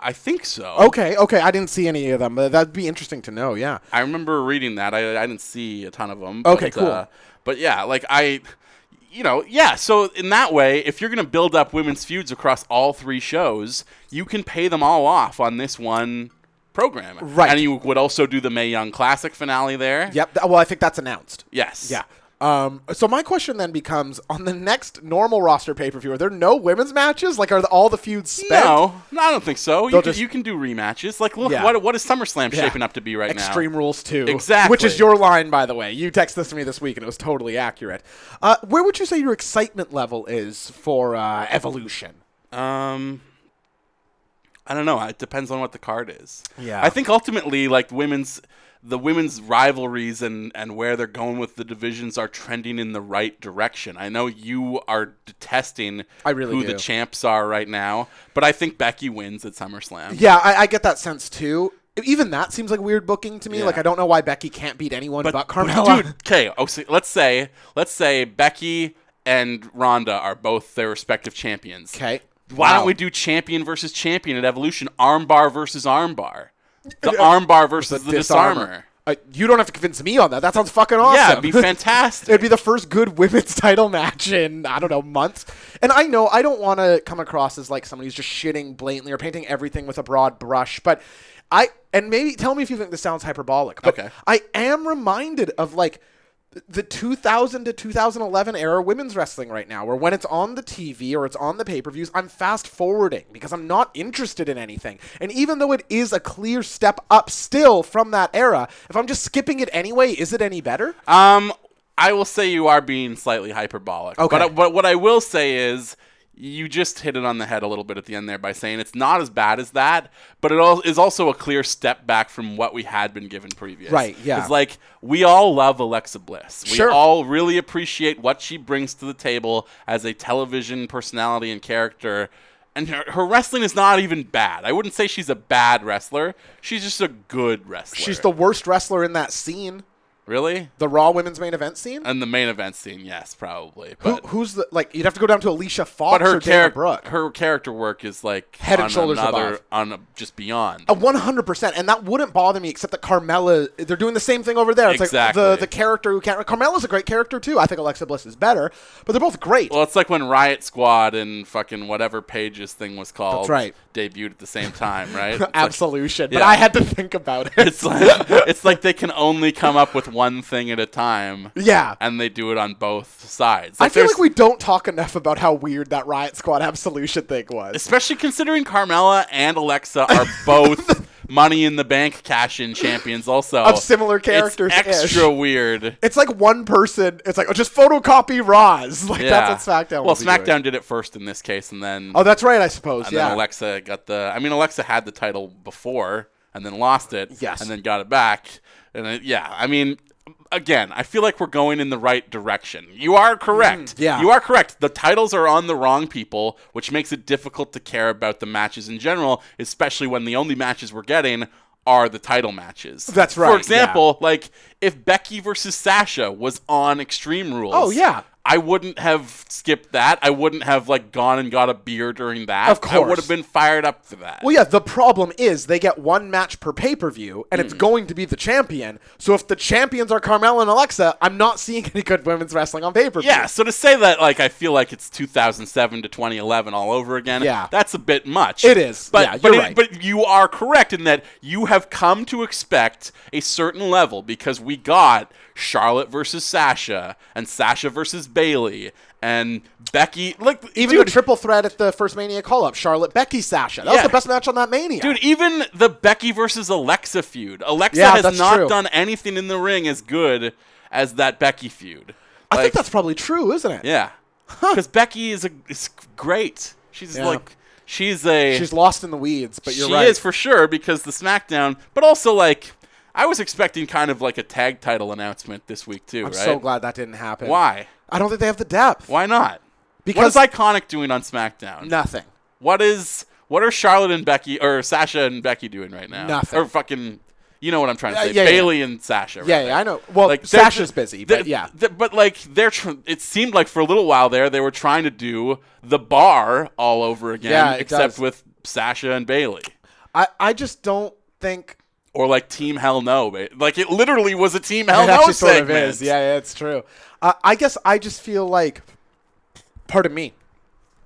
S3: I think so.
S4: okay, okay. I didn't see any of them, but that'd be interesting to know. Yeah.
S3: I remember reading that. I, I didn't see a ton of them.
S4: Okay, cool.
S3: but yeah, like I, you know, yeah. So in that way, if you're gonna build up women's feuds across all three shows, you can pay them all off on this one program.
S4: Right.
S3: And you would also do the May Young Classic finale there.
S4: Yep. th- well, I think that's announced.
S3: Yes.
S4: Yeah. Um, so my question then becomes: On the next normal roster pay per view, are there no women's matches? Like, are the, all the feuds spent?
S3: No, no, I don't think so. You
S4: They'll
S3: can,
S4: just-
S3: you can do rematches. Like, look,
S4: Yeah.
S3: what what is SummerSlam
S4: Yeah.
S3: shaping up to be right now?
S4: Extreme Rules Two,
S3: Exactly.
S4: which is your line, by the way. You texted this to me this week, and it was totally accurate. Uh, where would you say your excitement level is for uh, Evolution?
S3: Um, I don't know. It depends on what the card is.
S4: Yeah.
S3: I think ultimately, like women's, the women's rivalries and and where they're going with the divisions are trending in the right direction. I know you are detesting
S4: I really
S3: who the
S4: do.
S3: champs are right now, but I think Becky wins at SummerSlam.
S4: Yeah, I, I get that sense too. Even that seems like weird booking to me.
S3: Yeah.
S4: Like, I don't know why Becky can't beat anyone but, Carmella.
S3: Dude, okay. Oh, so let's say let's say Becky and Ronda are both their respective champions.
S4: 'Kay.
S3: Why
S4: Wow.
S3: don't we do champion versus champion at Evolution? Armbar versus armbar. <laughs> The armbar versus the, disarmer.
S4: Uh, you don't have to convince me on that. That sounds fucking awesome. <laughs>
S3: Yeah, it'd be fantastic.
S4: It'd be the first good <laughs> women's title match in I don't know months. And I know I don't want to come across as like somebody who's just shitting blatantly or painting everything with a broad brush, but I and maybe tell me if you think this sounds hyperbolic, but
S3: Okay.
S4: I am reminded of like th- the 2000 to 2011 era women's wrestling right now where when it's on the TV or it's on the pay-per-views I'm fast forwarding because I'm not interested in anything. And even though it is a clear step up still from that era, if I'm just skipping it anyway, is it any better?
S3: Um, I will say you are being slightly hyperbolic.
S4: Okay.
S3: But, but what I will say is you just hit it on the head a little bit at the end there by saying it's not as bad as that, but it al- is also a clear step back from what we had been given previous.
S4: Right, yeah.
S3: It's like we all love Alexa Bliss. We
S4: Sure.
S3: all really appreciate what she brings to the table as a television personality and character. And her, her wrestling is not even bad. I wouldn't say she's a bad wrestler. She's just a good wrestler.
S4: She's the worst wrestler in that scene,
S3: really
S4: the Raw Women's Main Event scene.
S3: and the main event scene. Yes, probably.
S4: Who,
S3: But
S4: who's the like? You'd have to go down to Alicia Fox
S3: but her
S4: or Dana
S3: character
S4: Brooke.
S3: her character work is like
S4: Head and
S3: on
S4: shoulders Oh.
S3: another,
S4: above.
S3: on a, just beyond
S4: A one hundred percent, and that wouldn't bother me, except that Carmella. They're doing the same thing over there. It's like
S3: Exactly.
S4: the the character who can't. Carmella's a great character too. I think Alexa Bliss is better, but they're both great.
S3: well it's like when riot squad and fucking whatever pages thing was called
S4: right.
S3: debuted at the same
S4: <laughs>
S3: time right It's like-
S4: Absolution, but
S3: yeah.
S4: I had to think about it. <laughs>
S3: it's like it's like they can only come up with one thing at a time
S4: Yeah.
S3: and they do it on both sides
S4: I feel
S3: there's-
S4: like we don't talk enough about how weird that Riot Squad Absolution thing was.
S3: especially considering carmela and alexa are
S4: <laughs>
S3: both money in the bank cash in champions also
S4: Of similar
S3: It's
S4: characters-ish.
S3: extra weird
S4: It's like one person. It's like oh, just photocopy Raws. <laughs> Like that's what SmackDown.
S3: well
S4: will be doing.
S3: smackdown did it first in this case and then
S4: Oh, that's right. I suppose.
S3: And
S4: yeah.
S3: then Alexa got the. I mean, Alexa had the title before and then lost it.
S4: Yes.
S3: And then got it back. And it, yeah, I mean, again, I feel like we're going in the right direction. You are correct.
S4: Mm, yeah.
S3: You are correct. The titles are on the wrong people, which makes it difficult to care about the matches in general, especially when the only matches we're getting are the title matches.
S4: That's right,
S3: For
S4: yeah.
S3: example, like if Becky versus Sasha was on Extreme Rules.
S4: Oh, yeah.
S3: I wouldn't have skipped that. I wouldn't have like gone and got a beer during that.
S4: Of
S3: I would
S4: course.
S3: have been fired up for that.
S4: Well, yeah, the problem is they get one match per pay per view, and it's
S3: Hmm.
S4: going to be the champion. So if the champions are Carmella and Alexa, I'm not seeing <laughs> any good women's wrestling on pay per view.
S3: Yeah, so to say that, like, I feel like it's 2007 to 2011 all over again,
S4: Yeah.
S3: that's a bit much.
S4: It is.
S3: But,
S4: Yeah, you're
S3: but,
S4: right.
S3: but you are correct in that you have come to expect a certain level because we got Charlotte versus Sasha and Sasha versus Bailey and Becky. Like,
S4: Even
S3: dude,
S4: the triple threat at the first Mania call up Charlotte, Becky, Sasha. That was
S3: Yeah.
S4: the best match on that Mania.
S3: Dude, even the Becky versus Alexa feud. Alexa
S4: Yeah,
S3: has
S4: that's
S3: not
S4: true.
S3: done anything in the ring as good as that Becky feud.
S4: I
S3: Like,
S4: think that's probably true, isn't it?
S3: yeah, because Becky is a is great. She's
S4: Yeah.
S3: like she's a
S4: She's lost in the weeds, but you're
S3: she
S4: right.
S3: is for sure because the SmackDown, but also like I was expecting kind of like a tag title announcement this week too.
S4: I'm
S3: right?
S4: so glad that didn't happen.
S3: Why?
S4: I don't think they have the depth.
S3: Why not?
S4: Because-
S3: what is iconic doing on SmackDown?
S4: Nothing.
S3: What is what are Charlotte and Becky or Sasha and Becky doing right now?
S4: Nothing.
S3: Or fucking You know what I'm trying to
S4: Uh,
S3: say?
S4: yeah, yeah.
S3: Bailey and Sasha. right
S4: Yeah, yeah,
S3: there.
S4: I know. Well,
S3: they're-
S4: Oh, Sasha's busy,
S3: they're-
S4: but yeah.
S3: they're- but like they're. Tr- it seemed like for a little while there, they were trying to do the bar all over again,
S4: Yeah, it
S3: except
S4: does.
S3: with Sasha and Bailey,
S4: I, I just don't think
S3: or like Team Hell No. ba- Like it literally was a Team Hell
S4: it
S3: No
S4: actually sort
S3: segment.
S4: of is. Yeah, yeah, it's true. Uh, I guess I just feel like, pardon me,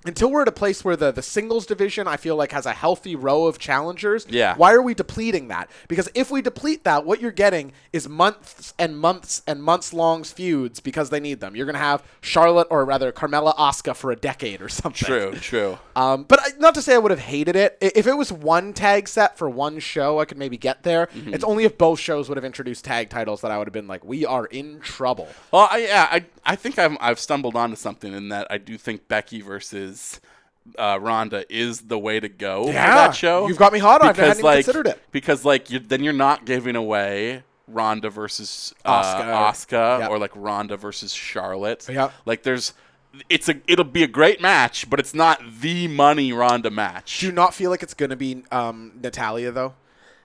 S4: until we're at a place where the, the singles division I feel like has a healthy row of challengers.
S3: Yeah.
S4: Why are we depleting that? Because if we deplete that, what you're getting is months and months and months long feuds because they need them. You're gonna have Charlotte or rather Carmella Oscar for a decade or something.
S3: True. True.
S4: Um, but I- not to say I would have hated it. I- If it was one tag set for one show, I could maybe get there.
S3: Mm-hmm.
S4: It's only if both shows would have introduced tag titles that I would have been like, we are in trouble.
S3: Well, I, yeah, I I think I'm, I've stumbled onto something in that I do think Becky versus uh, Ronda is the way to go for
S4: Yeah.
S3: that show.
S4: You've got me hot. I
S3: Because,
S4: hadn't even
S3: like,
S4: considered it.
S3: Because like you're, then you're not giving away Ronda versus
S4: Asuka.
S3: uh, Asuka
S4: Yep.
S3: or like Ronda versus Charlotte.
S4: Yep.
S3: Like there's it's a it'll be a great match, but it's not the money Ronda match.
S4: Do you not feel like it's going to be um, Natalia, though?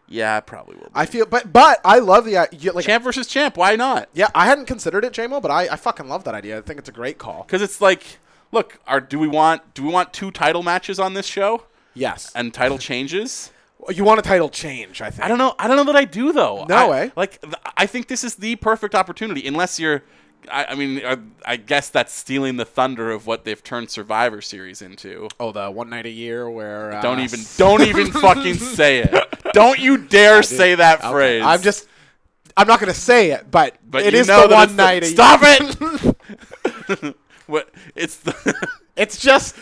S3: Yeah, it probably will. Be.
S4: I feel, but but I love the idea. Like,
S3: champ versus champ. Why not?
S4: yeah, I hadn't considered it, JMO, but I, I fucking love that idea. I think it's a great call.
S3: Because it's like, look, are do we want do we want two title matches on this show?
S4: Yes. And
S3: and title changes.
S4: you want a title change, I think.
S3: I don't know. I don't know that I do though.
S4: No
S3: I,
S4: way.
S3: Like th- I think this is the perfect opportunity, unless you're. I, I mean, uh, I guess that's stealing the thunder of what they've turned Survivor Series into.
S4: Oh, the one night a year where. Uh,
S3: Don't even, don't
S4: <laughs>
S3: even fucking say it. Don't you dare say that
S4: Okay,
S3: phrase.
S4: I'm just. I'm not going to say it, but,
S3: But
S4: it
S3: you
S4: is
S3: know
S4: the
S3: that
S4: one
S3: it's
S4: night a year.
S3: Stop it.
S4: <laughs>
S3: <laughs> what? It's the.
S4: It's just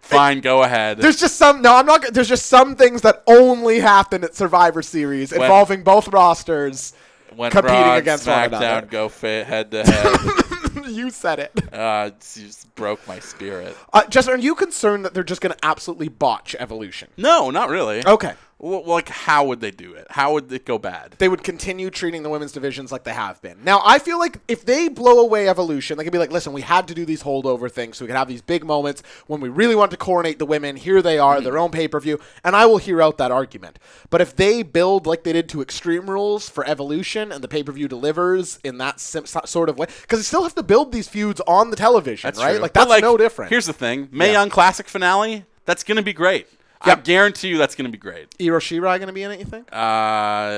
S3: Fine, go ahead.
S4: there's just some no, I'm not. g- There's just some things that only happen at Survivor Series involving both rosters <laughs>
S3: when
S4: competing
S3: Raw and
S4: against one another.
S3: SmackDown go fit head to
S4: <laughs>
S3: head.
S4: you said it.
S3: Uh, it's- you just broke my spirit.
S4: Uh, Justin, are you concerned that they're just going to absolutely botch Evolution?
S3: No, not really.
S4: Okay.
S3: Well, like, how would they do it? How would it go bad?
S4: They would continue treating the women's divisions like they have been. Now, I feel like if they blow away Evolution, they could be like, listen, we had to do these holdover things so we could have these big moments when we really want to coronate the women. Here they are,
S3: Mm-hmm.
S4: their own pay per view. And I will hear out that argument. But if they build like they did to Extreme Rules for Evolution and the pay per view delivers in that sim- so- sort of way, because they still have to build these feuds on the television, right? Like,
S3: But,
S4: that's no different.
S3: Here's the thing: May
S4: Yeah.
S3: Young Classic finale. That's gonna be great. I
S4: Yep.
S3: guarantee you, that's gonna be great.
S4: Iro Shirai going to be in it, you think?
S3: Uh,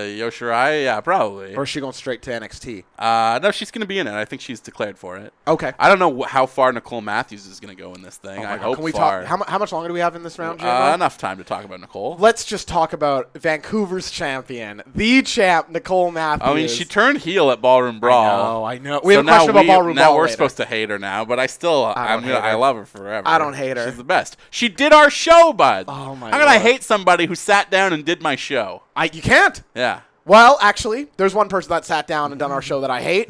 S3: Yoshirai, yeah, probably.
S4: or is she going straight to NXT?
S3: Uh, no, she's gonna be in it. I think she's declared for it.
S4: Okay.
S3: I don't know wh- how far Nicole Matthews is gonna go in this thing.
S4: Oh
S3: I
S4: my God.
S3: hope
S4: Can we
S3: far.
S4: talk? How, mu- how much longer do we have in this round,
S3: uh,
S4: Jeremiah?
S3: enough time to talk about Nicole.
S4: Let's just talk about Vancouver's champion, the champ, Nicole Matthews.
S3: I mean, she turned heel at Ballroom Brawl.
S4: know, I know. We have a
S3: now
S4: question about
S3: we-
S4: Ballroom
S3: Now
S4: Brawl
S3: we're
S4: later.
S3: supposed to hate her now, but I still, I, am
S4: don't
S3: gonna,
S4: hate her.
S3: I love her forever.
S4: I don't hate her.
S3: She's the best. She did our show, bud.
S4: Oh, my
S3: How can I
S4: Lord.
S3: hate somebody who sat down and did my show?
S4: I, you can't.
S3: Yeah.
S4: Well, actually, there's one person that sat down and done our show that I hate.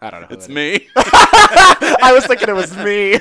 S4: I don't know. who
S3: It's
S4: that is. <laughs>
S3: me. <laughs>
S4: I was thinking it was me.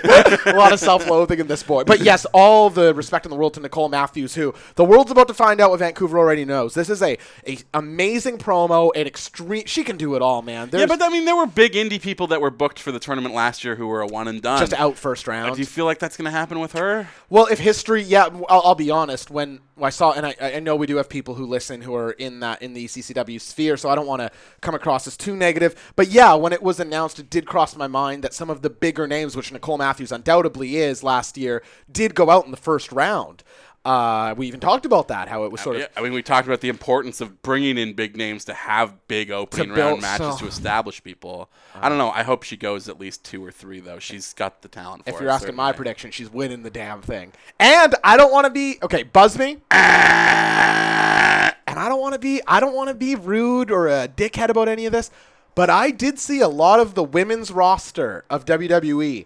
S4: a lot of self-loathing in this boy. But yes, all the respect in the world to Nicole Matthews, who the world's about to find out what Vancouver already knows. This is a, a amazing promo, an extreme. She can do it all, man. There's
S3: yeah, but I mean, there were big indie people that were booked for the tournament last year who were a one and done.
S4: just out first round.
S3: Do you feel like that's going to happen with her?
S4: Well, if history, yeah, w- I'll, I'll be honest. When I saw, and I, I know we do have people who listen who are in that in the CCW sphere, so I don't want to come across as too negative. But yeah, when it was announced, it did cross my mind that some of the bigger names, which Nicole Matthews undoubtedly is, last year did go out in the first round. Uh, we even talked about that, how it was sort of
S3: Yeah, I mean, we talked about the importance of bringing in big names to have big opening
S4: To
S3: round
S4: build-
S3: matches
S4: so-
S3: to establish people. I don't know. I hope she goes at least two or three, though. She's got the talent for
S4: If
S3: it,
S4: you're asking my
S3: certainly.
S4: prediction, she's winning the damn thing. And I don't want to be okay. Buzz me. And I don't want to be. I don't want to be rude or a dickhead about any of this. But I did see a lot of the women's roster of WWE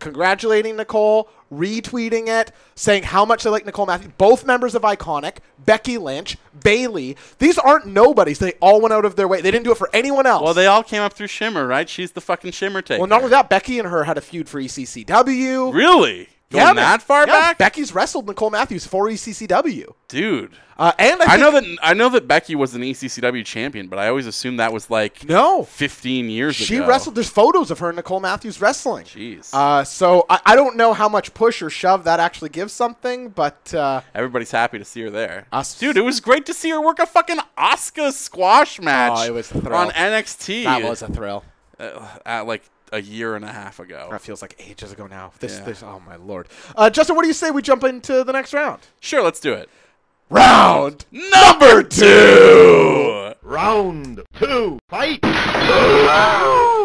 S4: congratulating Nicole, retweeting it, saying how much they like Nicole Matthews. Both members of Iconic, Becky Lynch, Bailey. These aren't nobodies. They all went out of their way. They didn't do it for anyone else.
S3: Well, they all came up through Shimmer, right? She's the fucking Shimmer taker.
S4: E Well, not only that, Becky and her had a feud for ECCW.
S3: Really? Going
S4: man.
S3: that far
S4: Yeah,
S3: back,
S4: Becky's wrestled Nicole Matthews for E ECCW.
S3: dude.
S4: Uh, and I,
S3: I
S4: think-
S3: know that I know that Becky was an E ECCW champion, but I always assumed that was like
S4: No.
S3: 15 years
S4: She
S3: ago.
S4: wrestled. There's photos of her and Nicole Matthews wrestling.
S3: Jeez.
S4: Uh, so I, I don't know how much push or shove that actually gives something, but uh,
S3: Everybody's happy to see her there.
S4: Us-
S3: Dude, it was great to see her work a fucking Oscar squash match
S4: Oh, it was a thrill.
S3: on NXT
S4: that was a thrill.
S3: uh, at like a year and a half ago.
S4: That feels like ages ago now. This,
S3: Yeah.
S4: this, oh my lord. Uh, Justin, what do you say we jump into the next round?
S3: Sure, let's do it.
S4: Round.
S3: Number two.
S1: Round two, fight!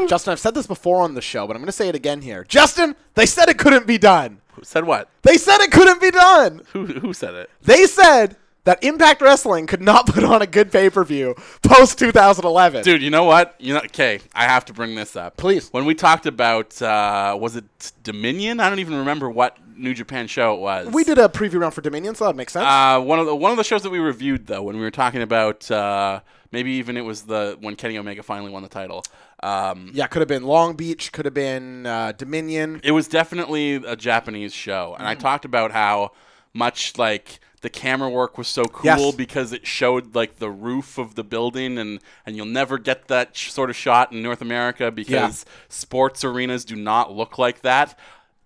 S4: Justin, I've said this before on the show, but I'm going to say it again here. Justin, they said it couldn't be done.
S3: Said what?
S4: They said it couldn't be done.
S3: Who who said it?
S4: They said that Impact Wrestling could not <laughs> put on a good pay per view post 2011.
S3: Dude, you know what? You know, okay, I have to bring this up.
S4: Please.
S3: When we talked about uh, was it Dominion? I don't even remember what New Japan show it was.
S4: We did a preview round for Dominion, so that makes sense.
S3: Uh, one of the one of the shows that we reviewed though, when we were talking about uh, maybe even it was the when Kenny Omega finally won the title. Um,
S4: yeah, could have been Long Beach, could have been uh, Dominion.
S3: it was definitely a Japanese show, and I talked about how much like the camera work was so cool
S4: Yes.
S3: because it showed like the roof of the building, and and you'll never get that sh- sort of shot in North America because sports arenas do not look like that.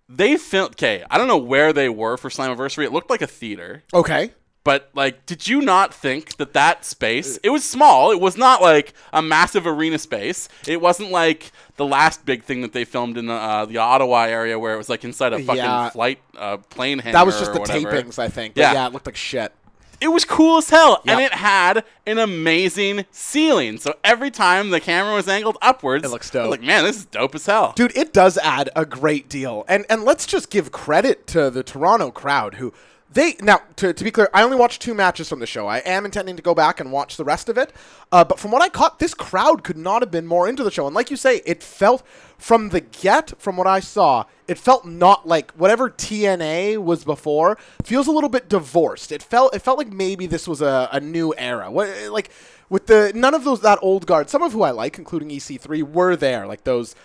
S3: They filmed. Okay, I don't know where they were for Slammiversary. It looked like a theater.
S4: Okay.
S3: But like, did you not think that that space? It was small. It was not like a massive arena space. It wasn't like the last big thing that they filmed in the, uh, the Ottawa area, where it was like inside a fucking
S4: Yeah.
S3: flight uh, plane hangar.
S4: That was just
S3: or
S4: the
S3: whatever.
S4: tapings, I think. But yeah.
S3: Yeah.
S4: it looked like shit.
S3: It was cool as hell, and
S4: Yeah.
S3: it had an amazing ceiling. So every time the camera was angled upwards,
S4: It looks dope.
S3: I was Like, man, this is dope as hell.
S4: Dude, it does add a great deal. And and let's just give credit to the Toronto crowd who they now to, to be clear, I only watched two matches from the show. I am intending to go back and watch the rest of it. Uh, but from what I caught, this crowd could not have been more into the show. And like you say, it felt from the get, from what I saw, it felt not like whatever TNA was before feels a little bit divorced. It felt it felt like maybe this was a, a new era. What like with the none of those that old guard, some of who I like, including EC3, were there. Like those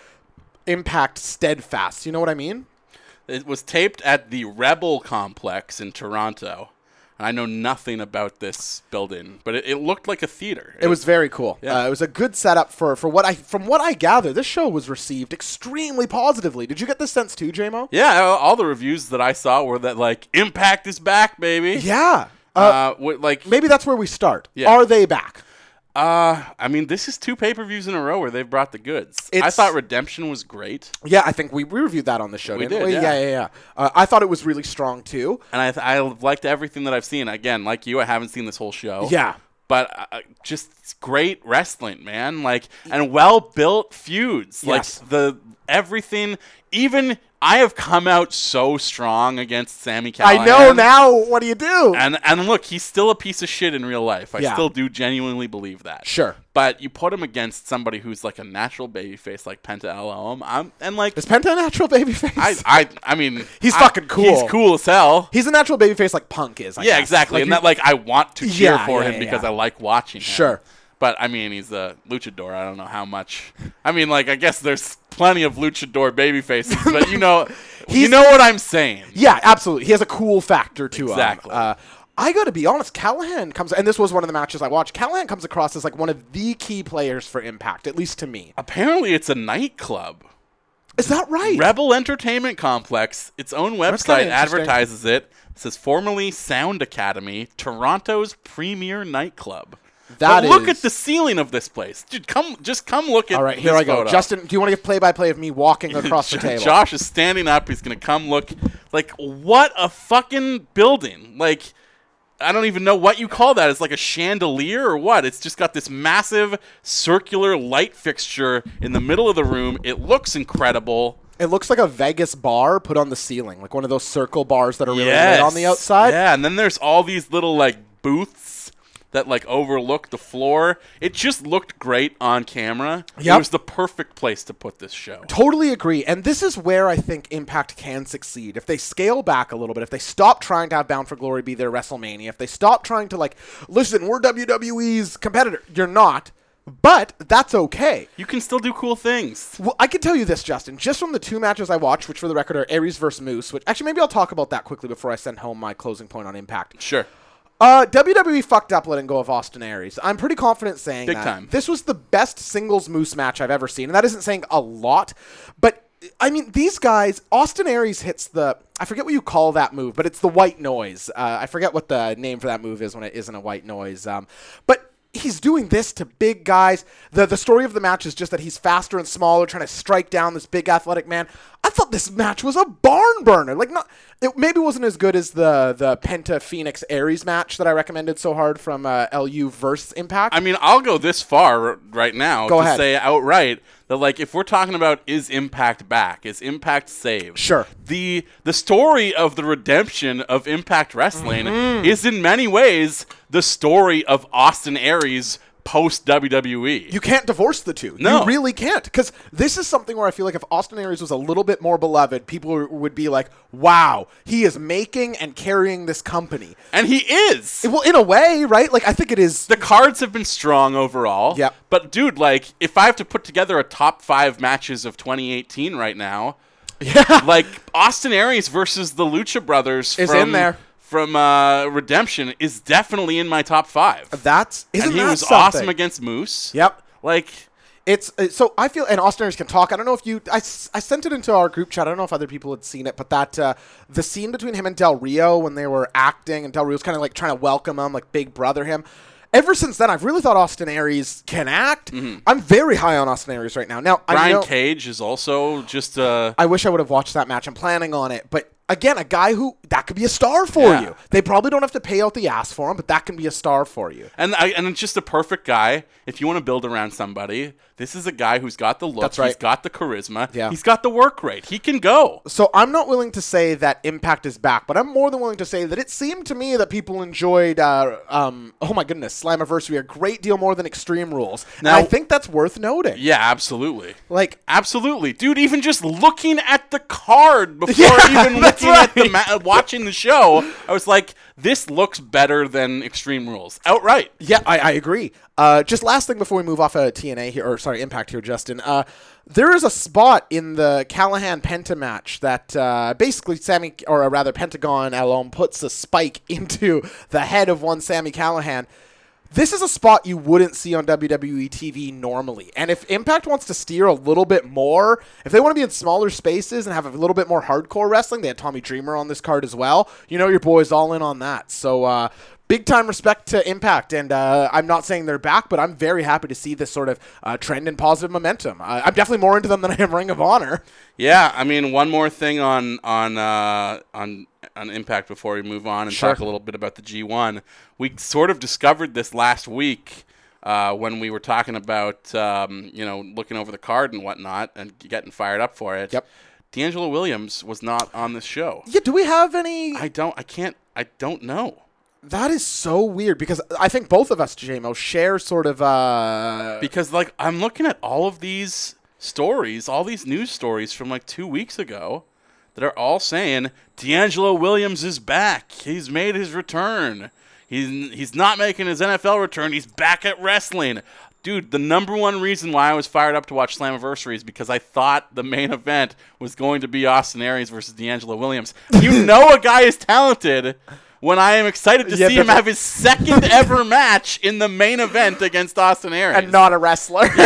S4: impact steadfast. You know what I mean?
S3: It was taped at the Rebel Complex in Toronto. And I know nothing about this building, but it, it looked like a theater.
S4: It was very cool. Uh, it was a good setup for for what I from what I gather. This show was received extremely positively. Did you get this sense too, JMO?
S3: Yeah, all- all the reviews that I saw were that like Impact is back, baby.
S4: Yeah. Uh,
S3: Uh, what, like,
S4: maybe that's where we start.
S3: Yeah.
S4: Are they back?
S3: uh, I mean, this is two pay per views in a row where they've brought the goods. I
S4: It's-
S3: thought Redemption was great,
S4: Yeah, I think we, we reviewed that on the show.
S3: We
S4: didn't
S3: did,
S4: we?
S3: yeah.
S4: yeah, yeah. yeah. Uh, I thought it was really strong too.
S3: and I th- I liked everything that I've seen. Again, like you, I haven't seen this whole show.
S4: Yeah.
S3: but uh, just great wrestling, man. Like and well built feuds.
S4: Yes.
S3: Like the everything. Even I have come out so strong against Sammy Callahan.
S4: I know now. What do you do?
S3: And and look, he's still a piece of shit in real life. I
S4: Yeah.
S3: still do genuinely believe that.
S4: Sure.
S3: But you put him against somebody who's like a natural baby face like Penta LOM. I'm and like
S4: Is Penta a natural babyface?
S3: I, I I mean
S4: He's
S3: I-
S4: fucking cool.
S3: He's cool as hell.
S4: <laughs> He's a natural babyface like Punk is. I
S3: yeah,
S4: guess.
S3: exactly.
S4: Like
S3: and
S4: you-
S3: that like I want to cheer
S4: Yeah,
S3: for
S4: yeah,
S3: him
S4: yeah,
S3: because
S4: yeah.
S3: I like watching him.
S4: Sure.
S3: But I mean he's a luchador. I don't know how much I mean like I guess there's plenty of luchador baby faces, but you know you
S4: <laughs> He's-
S3: know what I'm saying.
S4: Yeah, absolutely. He has a cool factor to
S3: Exactly.
S4: him. Uh, I got to be honest, Callahan comes, and this was one of the matches I watched. Callahan comes across as like one of the key players for Impact, at least to me.
S3: Apparently it's a nightclub.
S4: Is that
S3: <laughs>
S4: right?
S3: Rebel Entertainment Complex, its own
S4: kinda
S3: website
S4: interesting.
S3: advertises it. It says formerly Sound Academy, Toronto's premier nightclub.
S4: That
S3: That is. but look
S4: is-
S3: at the ceiling of this place. Dude, come just come look at
S4: All right, here
S3: this
S4: I go.
S3: photo. <laughs>
S4: Justin, do you want to get play by play of me walking across the
S3: Jo-
S4: table?
S3: Josh is standing up. He's going to come look like what a fucking building. Like I don't even know what you call that. It's like a chandelier or what? It's just got this massive circular light fixture in the middle of the room. It looks incredible.
S4: It looks like a Vegas bar put on the ceiling, like one of those circle bars that are really lit on the
S3: Yes.
S4: outside.
S3: Yeah, and then there's all these little like booths that like overlook the floor. It just looked great on camera.
S4: Yep.
S3: It was the perfect place to put this show.
S4: Totally agree. And this is where I think Impact can succeed. If they scale back a little bit, if they stop trying to have Bound for Glory be their WrestleMania, if they stop trying to, like, listen, we're WWE's competitor, you're not. But that's okay.
S3: You can still do cool things.
S4: Well, I can tell you this, Justin, just from the two matches I watched, which for the record are Aries versus Moose, which actually maybe I'll talk about that quickly before I send home my closing point on Impact.
S3: Sure.
S4: Uh, WWE fucked up letting go of Austin Aries. I'm pretty confident saying
S3: Big
S4: that.
S3: time.
S4: This was the best singles Moose match I've ever seen, and that isn't saying a lot, but I mean these guys. Austin Aries hits the I forget what you call that move, but it's the white noise. Uh, I forget what the name for that move is when it isn't a white noise. Um, but he's doing this to big guys. The the story of the match is just that he's faster and smaller, trying to strike down this big athletic man. I thought this match was a barn burner. Like not it maybe wasn't as good as the the Penta Phoenix Aries match that I recommended so hard from uh, LU versus Impact.
S3: I mean, I'll go this far r- right now
S4: Go
S3: to
S4: ahead.
S3: say outright that, like, if we're talking about is Impact back, is Impact saved?
S4: Sure.
S3: The the story of the redemption of Impact Wrestling
S4: Mm-hmm.
S3: is in many ways the story of Austin Aries E. post WWE.
S4: You can't divorce the two.
S3: No.
S4: You really can't. Because this is something where I feel like if Austin Aries was a little bit more beloved, people w- would be like, wow, he is making and carrying this company.
S3: and he is.
S4: Well, in a way, right? Like, I think it is.
S3: the cards have been strong overall.
S4: Yep.
S3: But dude, like, if I have to put together a top five matches of 2018 right now,
S4: Yeah.
S3: like Austin Aries versus the Lucha Brothers
S4: Is
S3: from
S4: in there.
S3: from uh, Redemption is definitely in my top five.
S4: That's. Isn't
S3: and he
S4: that
S3: was
S4: something?
S3: awesome against Moose.
S4: Yep.
S3: Like,
S4: It's uh, so I feel, and Austin Aries can talk. I don't know if you, I, s- I sent it into our group chat. I don't know if other people had seen it, but that uh, the scene between him and Del Rio when they were acting, and Del Rio's kind of like trying to welcome him, like big brother him. Ever since then, I've really thought Austin Aries can act. I'm very high on Austin Aries right now. Now,
S3: Mm-hmm.
S4: I
S3: Brian
S4: know,
S3: Cage is also just uh,
S4: I wish I would have watched that match. I'm planning on it, but again, a guy who that could be a star for
S3: Yeah.
S4: you. They probably don't have to pay out the ass for him, but that can be a star for you.
S3: And I, and it's just the perfect guy if you want to build around somebody. This is a guy who's got the look.
S4: That's right.
S3: He's got the charisma.
S4: Yeah.
S3: He's got the work rate. He can go.
S4: So I'm not willing to say that Impact is back, but I'm more than willing to say that it seemed to me that people enjoyed, uh, um, oh my goodness, Slammiversary a great deal more than Extreme Rules. and
S3: Now-
S4: I think that's worth noting.
S3: Yeah, absolutely.
S4: Like,
S3: Absolutely, dude. Even just looking at the
S4: <laughs>
S3: card before
S4: Yeah,
S3: even
S4: that's
S3: looking at the ma- uh, watching the show, I was like, "This looks better than Extreme Rules." Outright,
S4: yeah, I, I agree. Uh, just last thing before we move off of TNA here, or sorry, Impact here, Justin. Uh, there is a spot in the Callahan Penta match that uh, basically Sammy, or uh, rather Pentagon alone, puts a spike <laughs> into the head of one Sammy Callahan. This is a spot you wouldn't see on WWE TV normally. And if Impact wants to steer a little bit more, if they want to be in smaller spaces and have a little bit more hardcore wrestling, they had Tommy Dreamer on this card as well. You know, your boy's all in on that. So, uh, big time respect to Impact. And uh, I'm not saying they're back, but I'm very happy to see this sort of uh, trend and positive momentum. Uh, I'm definitely more into them than I am Ring of Honor.
S3: yeah. I mean, one more thing on on uh, on on Impact before we move on and
S4: Sure.
S3: talk a little bit about the G1. We sort of discovered this last week uh, when we were talking about um, you know looking over the card and whatnot and getting fired up for it.
S4: Yep.
S3: D'Angelo Williams was not on this show.
S4: Yeah, do we have any.
S3: I don't. I can't. I don't know.
S4: that is so weird because I think both of us, JMO, share sort of. Uh,
S3: because like I'm looking at all of these stories, all these news stories from like two weeks ago that are all saying D'Angelo Williams is back. He's made his return. He's he's not making his NFL return. He's back at wrestling. Dude, the number one reason why I was fired up to watch Slammiversary is because I thought the main event was going to be Austin Aries versus D'Angelo Williams.
S4: <laughs>
S3: You know a guy is talented when I am excited to
S4: Yeah,
S3: see him
S4: but-
S3: have his second ever match in the main event against Austin Aries.
S4: and not a wrestler. <laughs>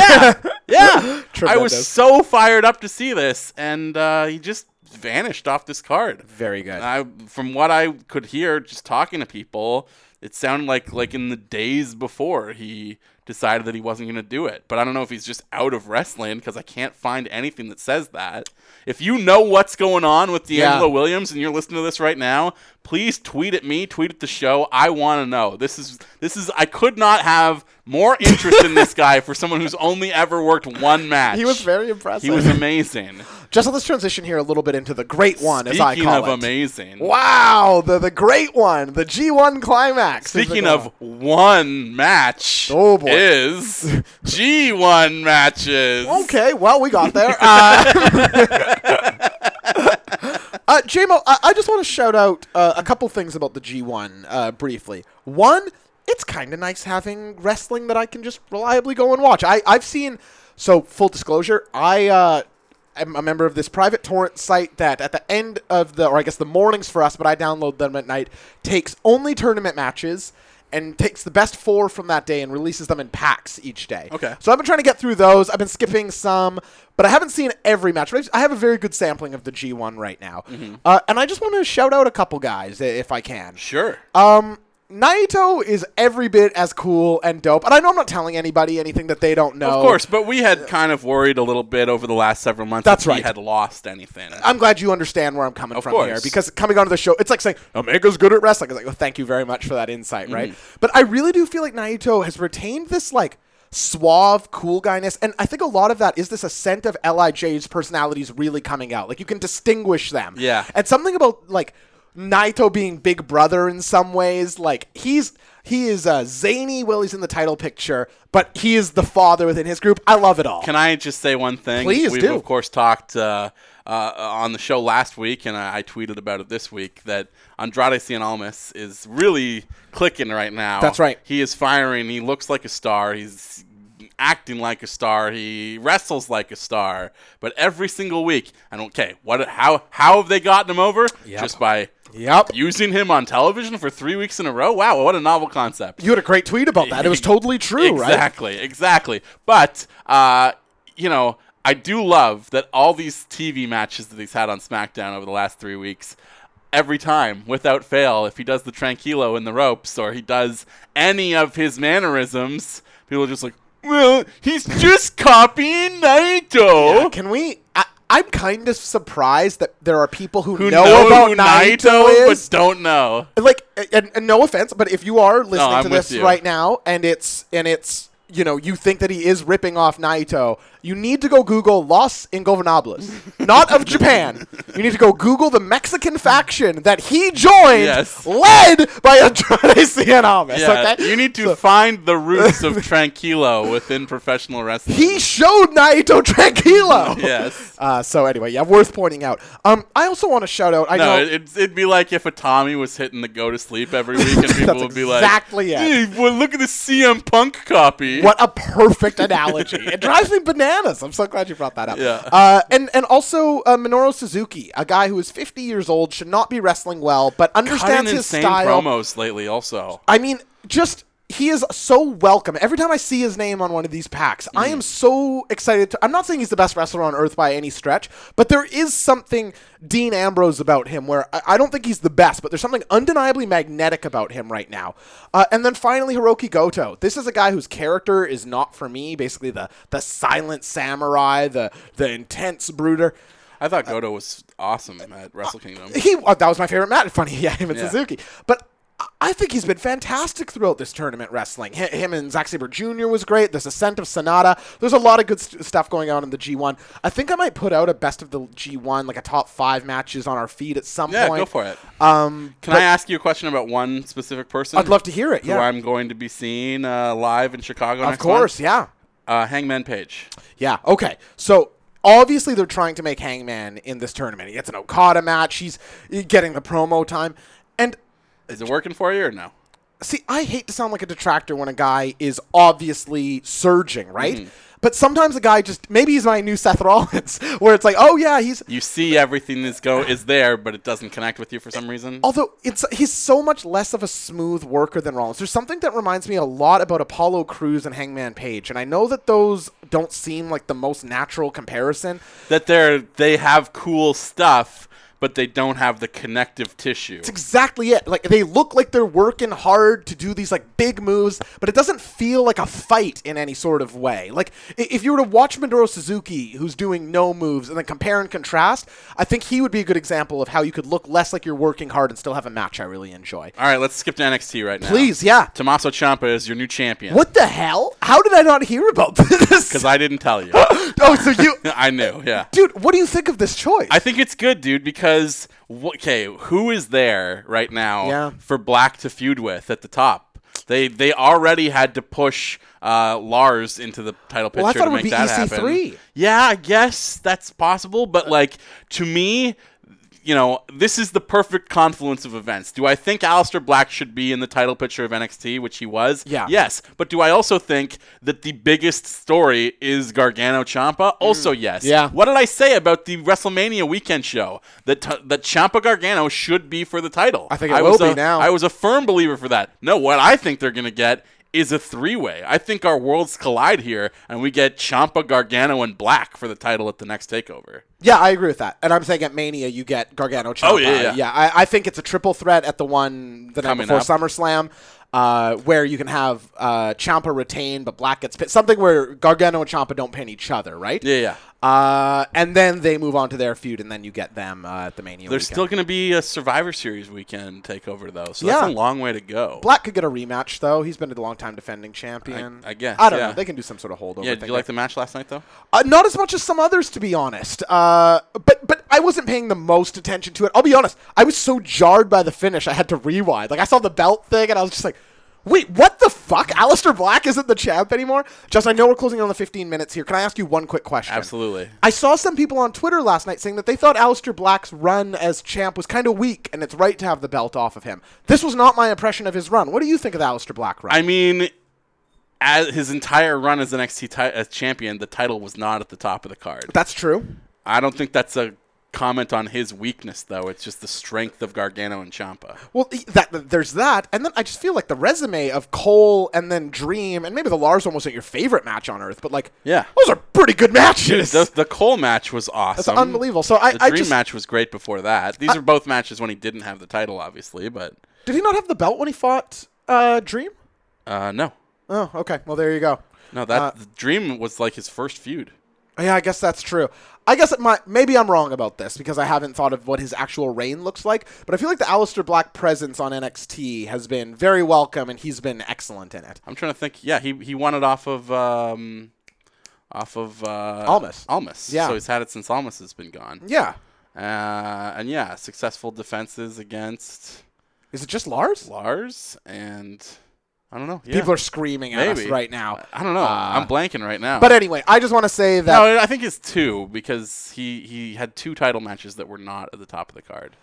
S3: Yeah, I was
S4: Tremendous.
S3: so fired up to see this, and uh, he just vanished off this card.
S4: Very good.
S3: I, from what I could hear, just talking to people, it sounded like like in the days before he decided that he wasn't going to do it. But I don't know if he's just out of wrestling because I can't find anything that says that. If you know what's going on with D'Angelo Williams and you're listening to this right now, please tweet at me, tweet at the show. I want to know. This is this is I could not have more interest in
S4: <laughs>
S3: this guy for someone who's only ever worked one match.
S4: He was very impressive.
S3: He was amazing.
S4: Just let's transition here a little bit into the great one, as I
S3: Speaking
S4: call
S3: of
S4: it.
S3: amazing.
S4: Wow, the the great one, the G1 climax. is the
S3: Speaking
S4: goal.
S3: of one match,
S4: Oh, boy. <laughs>
S3: is G1 matches.
S4: okay, well we got there. Uh, <laughs> uh, JMO, I, I just want to shout out uh, a couple things about the G1 uh, briefly. One, it's kind of nice having wrestling that I can just reliably go and watch. I, I've seen, so full disclosure, I uh, am a member of this private torrent site that at the end of the, or I guess the mornings for us, but I download them at night, takes only tournament matches and takes the best four from that day and releases them in packs each day.
S3: Okay.
S4: So I've been trying to get through those. I've been skipping some, but I haven't seen every match. But I've- I have a very good sampling of the G1 right now. Uh, and I just want to shout out a couple guys i- if I can.
S3: Mm-hmm. Sure.
S4: Um, Naito is every bit as cool and dope. And I know I'm not telling anybody anything that they don't know.
S3: of course, but we had kind of worried a little bit over the last several months
S4: uh, That's
S3: if he
S4: right.
S3: had lost anything.
S4: I'm glad you understand where I'm coming
S3: Of
S4: from here
S3: course.
S4: because coming onto the show, it's like saying Omega's good at wrestling. It's like, well, thank you very much for that insight, right?
S3: Mm-hmm.
S4: But I really do feel like Naito has retained this like suave, cool guyness, and I think a lot of that is this ascent of Lij's personalities really coming out. Like you can distinguish them,
S3: Yeah.
S4: And something about like Naito being Big Brother in some ways, like he's. He is uh, zany while he's in the title picture, but he is the father within his group. I love it all.
S3: Can I just say one thing?
S4: Please
S3: We've
S4: do.
S3: of course talked uh, uh, on the show last week, and I, I tweeted about it this week that Andrade Cien Almas is really clicking right now.
S4: That's right.
S3: He is firing. He looks like a star. He's acting like a star. He wrestles like a star. But every single week, and okay, what? How? How have they gotten him over? Just by
S4: Yep.
S3: using him on television for three weeks in a row. Wow, what a novel concept.
S4: You had a great tweet
S3: <laughs>
S4: about that. It was totally true, right?
S3: Exactly, exactly. But uh, you know, I do love that all these TV matches that he's had on SmackDown over the last three weeks. Every time, without fail, if he does the tranquilo in the ropes or he does any of his mannerisms, people are just like, "Well, he's just copying Naito."
S4: Uh, Can we? I, I'm kind of surprised that there are people who,
S3: who
S4: know,
S3: know
S4: about
S3: who
S4: Naito, is.
S3: but don't know.
S4: like, and, and no offense, but if you are listening
S3: I'm
S4: to
S3: with
S4: this
S3: you.
S4: right now, and it's and it's you know you think that he is ripping off Naito, you need to go Google Los
S3: <laughs>
S4: Ingobernables, not of Japan. You need to go Google the Mexican faction that he joined,
S3: Yes.
S4: led by Andrade Cien Almas.
S3: Yeah,
S4: okay,
S3: you need to
S4: So-
S3: find the roots
S4: <laughs>
S3: of tranquilo within professional wrestling.
S4: he showed Naito <laughs> Tranquilo.
S3: Yes.
S4: Uh, so anyway, yeah, worth pointing out. Um, I also want to shout out. I
S3: No,
S4: know.
S3: it, it'd, it'd be like if a Tommy was hitting the go to sleep every week, and people
S4: <laughs> That's
S3: would be
S4: exactly
S3: like,
S4: it.
S3: "Hey, well, look at the CM Punk copy."
S4: what a perfect analogy! It drives me bananas. I'm so glad you brought that up.
S3: Yeah.
S4: Uh, and and also uh, Minoru Suzuki, a guy who is 50 years old, should not be wrestling well, but
S3: Cutting
S4: understands his
S3: insane
S4: style.
S3: promos lately, also.
S4: I mean, just he is so welcome. Every time I see his name on one of these packs, I am so excited. To, I'm not saying he's the best wrestler on earth by any stretch, but there is something Dean Ambrose about him where I, I don't think he's the best, but there's something undeniably magnetic about him right now. Uh, and then finally, Hiroki Goto. This is a guy whose character is not for me. Basically, the the silent samurai, the the intense brooder.
S3: I thought Goto was awesome at Wrestle Kingdom.
S4: He uh, that was my favorite match. Funny, <laughs> yeah, him and
S3: Yeah.
S4: Suzuki. But I- I think he's been fantastic throughout this tournament wrestling. Hi him and Zack Saber Jr. was great. This ascent of Sonata. There's a lot of good st- stuff going on in the G1. I think I might put out a best of the G1, like a top five matches on our feed at some
S3: Yeah,
S4: point.
S3: go for it.
S4: Um,
S3: Can I ask you a question about one specific person?
S4: I'd love to hear it.
S3: Who
S4: Yeah,
S3: I'm going to be seeing uh, live in Chicago
S4: of course. Yeah.
S3: Uh, Hangman Page.
S4: Yeah. Okay. So obviously they're trying to make Hangman in this tournament. He gets an Okada match. He's getting the promo time, and
S3: Is it working for you or no?
S4: see, I hate to sound like a detractor when a guy is obviously surging, right? But sometimes a guy just maybe he's my new Seth Rollins, <laughs> where it's like, oh yeah, he's
S3: You see everything is go is there, but it doesn't connect with you for some reason.
S4: although it's he's so much less of a smooth worker than Rollins. There's something that reminds me a lot about Apollo Cruz and Hangman Page, and I know that those don't seem like the most natural comparison.
S3: that they're they have cool stuff, but they don't have the connective tissue.
S4: That's exactly it. Like they look like they're working hard to do these like big moves, but it doesn't feel like a fight in any sort of way. Like i- if you were to watch Minoru Suzuki, who's doing no moves, and then compare and contrast, I think he would be a good example of how you could look less like you're working hard and still have a match I really enjoy.
S3: All right, let's skip to NXT right now.
S4: Please, yeah.
S3: Tommaso Ciampa is your new champion.
S4: What the hell? How did I not hear about <laughs>
S3: Because
S4: this?
S3: I didn't tell
S4: <gasps>
S3: you.
S4: oh, so you,
S3: I knew. Yeah.
S4: dude, what do you think of this choice?
S3: I think it's good, dude, because wh- okay, who is there right now
S4: Yeah.
S3: for Black to feud with at the top? They they already had to push uh, Lars into the title picture
S4: Well, I thought
S3: to
S4: it would
S3: make
S4: be E
S3: that
S4: EC3. Uh,
S3: happen. Yeah, I guess that's possible, but like to me, you know, this is the perfect confluence of events. Do I think Aleister Black should be in the title picture of NXT, which he was?
S4: Yeah.
S3: Yes. But do I also think that the biggest story is Gargano Champa? Also, yes.
S4: Hmm. Yeah.
S3: What did I say about the WrestleMania weekend show? That t- that Champa Gargano should be for the title.
S4: I think it
S3: was
S4: will be
S3: a-
S4: now.
S3: I was a firm believer for that. No, what I think they're going to get is a three-way. I think our worlds collide here, and we get Champa, Gargano, and Black for the title at the next takeover.
S4: Yeah, I agree with that. And I'm saying at Mania you get Gargano. Ciampa.
S3: Oh, yeah, yeah.
S4: I, I think it's a triple threat at the one the night
S3: Coming
S4: before
S3: up.
S4: SummerSlam, uh, where you can have uh, Champa retain but Black gets pinned. Something where Gargano and Champa don't pin each other, right?
S3: Yeah, yeah.
S4: Uh, and then they move on to their feud, and then you get them uh, at the Mania.
S3: There's
S4: weekend.
S3: still going to be a Survivor Series weekend takeover, though, so
S4: Yeah.
S3: that's a long way to go.
S4: Black could get a rematch though. He's been a long time defending champion.
S3: I- I guess,
S4: I don't
S3: yeah.
S4: know. They can do some sort of holdover.
S3: yeah,
S4: thing
S3: did you like the match last night, though?
S4: Uh, not as much as some others, to be honest. Uh, but but I wasn't paying the most attention to it. I'll be honest. I was so jarred by the finish, I had to rewind. Like I saw the belt thing, and I was just like, "Wait, what the fuck? Alistair Black isn't the champ anymore." Just I know we're closing in on the 15 minutes here. Can I ask you one quick question?
S3: Absolutely.
S4: I saw some people on Twitter last night saying that they thought Alistair Black's run as champ was kind of weak, and it's right to have the belt off of him. This was not my impression of his run. What do you think of the Alistair Black run?
S3: I mean, as his entire run as NXT ti- as champion, the title was not at the top of the card.
S4: That's true.
S3: I don't think that's a comment on his weakness, though. It's just the strength of Gargano and Champa.
S4: Well, e- that th- there's that, and then I just feel like the resume of Cole and then Dream, and maybe the Lars one wasn't your favorite match on earth, but like,
S3: Yeah.
S4: those are pretty good matches.
S3: The, the Cole match was awesome.
S4: unbelievable. So I-
S3: the
S4: I
S3: Dream
S4: just-
S3: match was great before that. These are both matches when he didn't have the title, obviously, but
S4: Did he not have the belt when he fought uh, Dream?
S3: uh, no,
S4: Oh, okay. Well, there you go.
S3: no,
S4: Uh,
S3: that the Dream was like his first feud.
S4: Yeah, I guess that's true. I guess it might, maybe I'm wrong about this because I haven't thought of what his actual reign looks like, but I feel like the Aleister Black presence on NXT has been very welcome, and he's been excellent in it.
S3: I'm trying to think. Yeah, he he won it off of um, off of uh,
S4: Almas.
S3: Almas.
S4: Yeah.
S3: So he's had it since Almas has been gone.
S4: Yeah.
S3: Uh, and yeah, successful defenses against
S4: Is it just Lars?
S3: Lars and I don't know. Yeah.
S4: People are screaming at us
S3: Maybe.
S4: right now. Uh,
S3: I don't know. I'm blanking right now.
S4: But anyway, I just want to say that
S3: no, I think it's two because he he had two title matches that were not at the top of the card.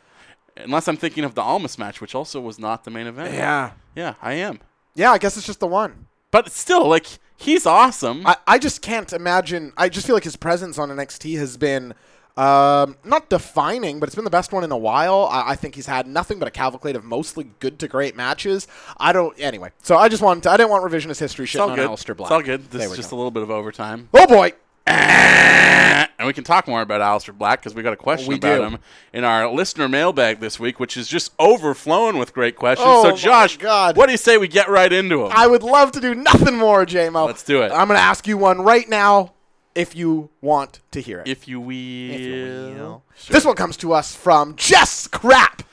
S3: Unless I'm thinking of the Almas match, which also was not the main event.
S4: Yeah.
S3: Yeah, I am.
S4: Yeah, I guess it's just the one.
S3: But still, like he's awesome.
S4: I, I just can't imagine. I just feel like his presence on NXT has been um, not defining, but it's been the best one in a while. I, I think he's had nothing but a cavalcade of mostly good to great matches. I don't. Anyway, so I just wanted. To, I didn't want revisionist history
S3: it's
S4: shit
S3: all
S4: on
S3: good.
S4: Aleister Black.
S3: It's all good.
S4: There
S3: This
S4: we
S3: is just
S4: go.
S3: a little bit of overtime.
S4: oh boy.
S3: and we can talk more about Alistair Black because we got a question
S4: We
S3: about
S4: do.
S3: him in our listener mailbag this week, which is just overflowing with great questions.
S4: Oh,
S3: so,
S4: my
S3: Josh,
S4: God.
S3: what do you say we get right into him?
S4: I would love to do nothing more, JMO.
S3: Let's do it.
S4: I'm gonna ask you one right now, if you want to hear it.
S3: if you will.
S4: If you will. This one comes to us from Jess Crap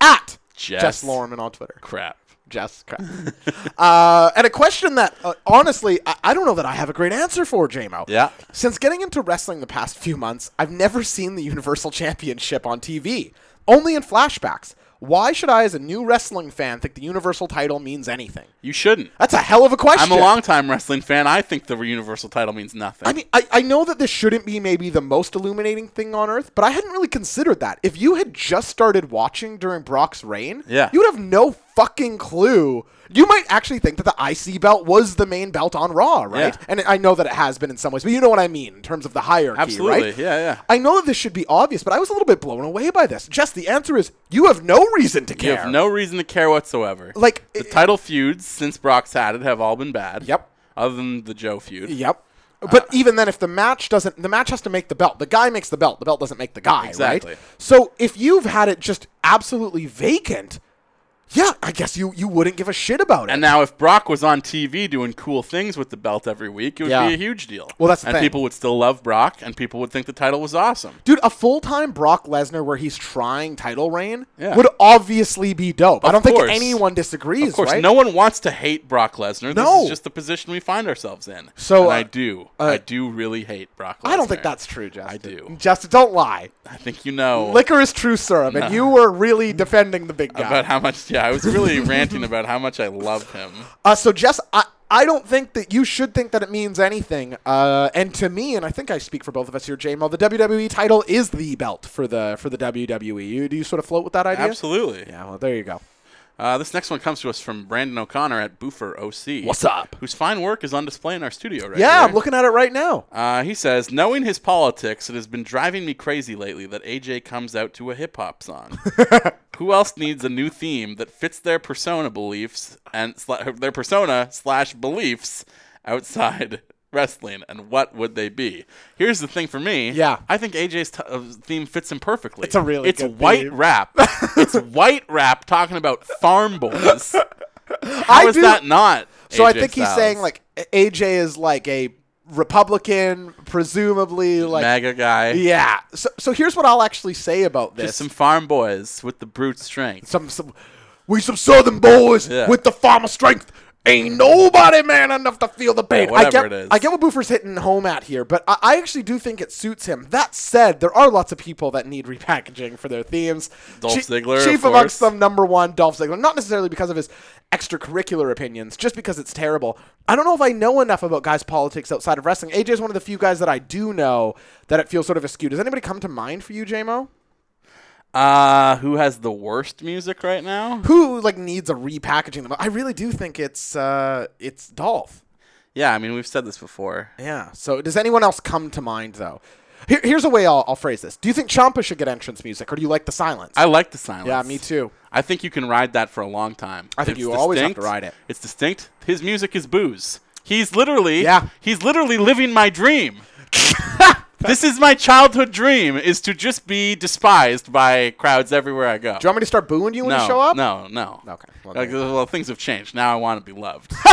S4: at
S3: Jess.
S4: Jess Lorman on Twitter.
S3: Crap.
S4: Jess, crap. <laughs> uh, and a question that, uh, honestly, I, I don't know that I have a great answer for, JMO.
S3: Yeah.
S4: Since getting into wrestling the past few months, I've never seen the Universal Championship on TV, only in flashbacks. Why should I, as a new wrestling fan, think the Universal title means anything?
S3: You shouldn't.
S4: That's a hell of a question.
S3: I'm a longtime wrestling fan. I think the Universal title means nothing.
S4: I mean, I, I know that this shouldn't be maybe the most illuminating thing on earth, but I hadn't really considered that. If you had just started watching during Brock's reign,
S3: Yeah.
S4: you would have no fucking clue. You might actually think that the IC belt was the main belt on Raw, right?
S3: Yeah.
S4: And I know that it has been in some ways, but you know what I mean in terms of the hierarchy,
S3: Absolutely.
S4: right?
S3: Yeah, yeah.
S4: I know that this should be obvious, but I was a little bit blown away by this. Jess, the answer is you have no reason to
S3: you
S4: care.
S3: have no reason to care whatsoever.
S4: Like,
S3: the
S4: it-
S3: title feuds since Brock's had it have all been bad.
S4: Yep.
S3: Other than the Joe feud.
S4: Yep.
S3: Uh,
S4: But even then, if the match doesn't, the match has to make the belt. The guy makes the belt. The belt doesn't make the guy,
S3: Exactly.
S4: right? So if you've had it just absolutely vacant, yeah, I guess you you wouldn't give a shit about it.
S3: And now, if Brock was on TV doing cool things with the belt every week, it would
S4: Yeah.
S3: be a huge deal.
S4: Well, that's the
S3: and
S4: thing.
S3: people would still love Brock, and people would think the title was awesome.
S4: Dude, a full time Brock Lesnar where he's trying title reign
S3: Yeah.
S4: would obviously be dope. I
S3: Of
S4: don't
S3: course.
S4: think anyone disagrees,
S3: Of course,
S4: right?
S3: no one wants to hate Brock Lesnar. This
S4: No.
S3: is just the position we find ourselves in.
S4: So,
S3: And
S4: uh,
S3: I do, I do really hate Brock. Lesnar.
S4: I don't think that's true, Justin.
S3: I do.
S4: Justin, don't lie.
S3: I think you know
S4: Liquor is true syrup, and you were really defending the big guy. <laughs>
S3: about how much. Yeah, I was really ranting about how much I love him.
S4: Uh, so Jess, I, I don't think that you should think that it means anything. Uh, and to me, and I think I speak for both of us here, JML, the WWE title is the belt for the for the WWE. You, do you sort of float with that idea?
S3: Absolutely.
S4: Yeah. Well, there you go.
S3: Uh, this next one comes to us from Brandon O'Connor at Boofer OC.
S4: What's up?
S3: Whose fine work is on display in our studio right
S4: Yeah,
S3: here.
S4: I'm looking at it right now.
S3: Uh, he says, knowing his politics, it has been driving me crazy lately that AJ comes out to a hip hop song.
S4: <laughs>
S3: Who else needs a new theme that fits their persona beliefs and sla- their persona slash beliefs outside <laughs> wrestling? And what would they be? Here's the thing for me.
S4: Yeah.
S3: I think AJ's t- uh, theme fits him perfectly.
S4: It's a really
S3: it's
S4: good
S3: white
S4: theme. <laughs>
S3: rap. it's white rap talking about farm boys.
S4: <laughs> I
S3: How is
S4: do-
S3: that not?
S4: So I
S3: AJ
S4: think he's
S3: Styles?
S4: saying like AJ is like a Republican, presumably like
S3: MAGA guy.
S4: yeah. So so here's what I'll actually say about this.
S3: Just some farm boys with the brute strength.
S4: some some we some southern boys
S3: Yeah.
S4: with the farmer strength. Ain't nobody man enough to feel the pain. I
S3: whatever it
S4: get,
S3: is.
S4: I get what Boofer's hitting home at here, but I, I actually do think it suits him. That said, there are lots of people that need repackaging for their themes.
S3: Dolph
S4: Chi-
S3: Ziggler, of
S4: chief
S3: course.
S4: amongst them, number one, Dolph Ziggler. Not necessarily because of his extracurricular opinions, just because it's terrible. I don't know if I know enough about guys' politics outside of wrestling. AJ is one of the few guys that I do know that it feels sort of askew. Does anybody come to mind for you, JMO?
S3: Uh, who has the worst music right now?
S4: who like needs a repackaging them. I really do think it's uh it's Dolph.
S3: Yeah, I mean we've said this before.
S4: Yeah. So does anyone else come to mind though? Here, here's a way I'll, I'll phrase this. Do you think Champa should get entrance music, or do you like the silence?
S3: I like the silence.
S4: yeah, me too.
S3: I think you can ride that for a long time.
S4: I think you always have to ride it.
S3: It's distinct. His music is booze. He's literally
S4: Yeah.
S3: He's literally living my
S4: <laughs>
S3: dream. this is my childhood dream: is to just be despised by crowds everywhere I go.
S4: Do you want me to start booing you when
S3: no,
S4: you show up?
S3: no, no.
S4: Okay, well,
S3: Like,
S4: there you
S3: well, things have changed. Now I want to be loved.
S4: <laughs>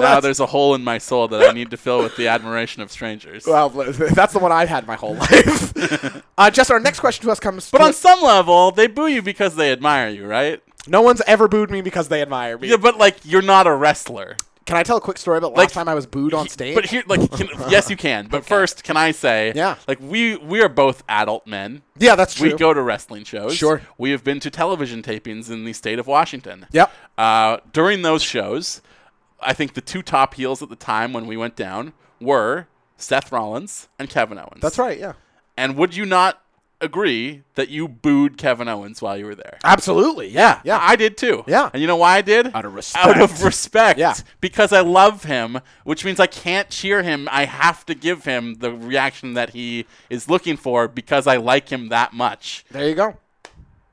S3: now
S4: that's,
S3: there's a hole in my soul that I need to fill with the admiration of strangers.
S4: <laughs> well, <laughs> that's the one I've had my
S3: <laughs>
S4: whole life. uh, Jess, our next question to us comes.
S3: but
S4: to-
S3: on some level, they boo you because they admire you, right?
S4: no one's ever booed me because they admire me.
S3: Yeah, but like you're not a wrestler.
S4: Can I tell a quick story about
S3: Like,
S4: last time I was booed on
S3: He-
S4: stage?
S3: But here,
S4: <laughs>
S3: like, can, yes, you can. But first, can I say,
S4: Yeah.
S3: like we we are both adult men.
S4: yeah, that's true.
S3: We go to wrestling shows.
S4: Sure.
S3: We have been to television tapings in the state of Washington.
S4: Yep.
S3: Uh, during those shows, I think the two top heels at the time when we went down were Seth Rollins and Kevin Owens.
S4: that's right. Yeah.
S3: And would you not agree that you booed Kevin Owens while you were there?
S4: Absolutely. Yeah. Yeah.
S3: I did too.
S4: Yeah.
S3: And you know why I did?
S4: Out of
S3: Out of
S4: respect.
S3: respect.
S4: Yeah.
S3: Because I love him, which means I can't cheer him. I have to give him the reaction that he is looking for because I like him that much.
S4: there you go.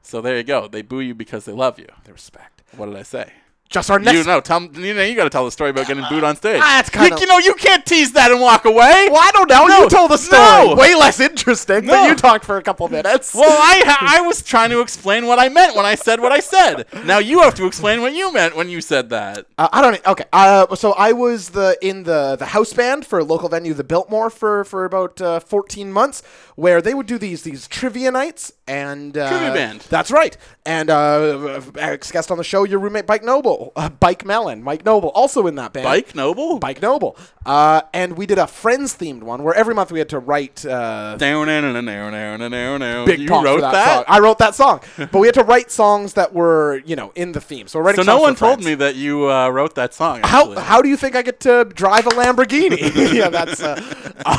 S3: So there you go. They boo you because they love you.
S4: The respect.
S3: What did I say?
S4: Just our next
S3: you know, tell 'em- you know, you got to tell the story about getting booed on stage.
S4: ah, that's
S3: You-
S4: kinda-
S3: you, know, you can't tease that and walk away.
S4: Well, I don't know.
S3: No,
S4: you told the story.
S3: no.
S4: Way less interesting,
S3: No.
S4: but you talked for a couple minutes.
S3: <laughs> Well, I I was trying to explain what I meant when I said what I said. Now you have to explain what you meant when you said that.
S4: Uh, I don't. Okay. Uh, so I was the in the the house band for a local venue, the Biltmore, for for about uh, fourteen months, where they would do these these trivia nights and uh,
S3: Trivia band.
S4: That's right. And uh, ex guest on the show, your roommate Bike Noble, uh, Bike Mellon, Mike Noble, also in that band.
S3: Bike Noble.
S4: Bike Noble. Uh, and we did a Friends themed one where every month we had to write uh,
S3: Down and and down and and down and
S4: big
S3: You
S4: pop for
S3: wrote
S4: song. I wrote that song, but we had to write songs that were you know in the theme. So we're
S3: so
S4: writing.
S3: no
S4: songs
S3: one
S4: for
S3: told
S4: friends.
S3: me that you uh, wrote that song.
S4: How,
S3: Actually.
S4: how do you think I get to drive a
S3: <laughs>
S4: Lamborghini? <laughs> yeah, that's. Uh,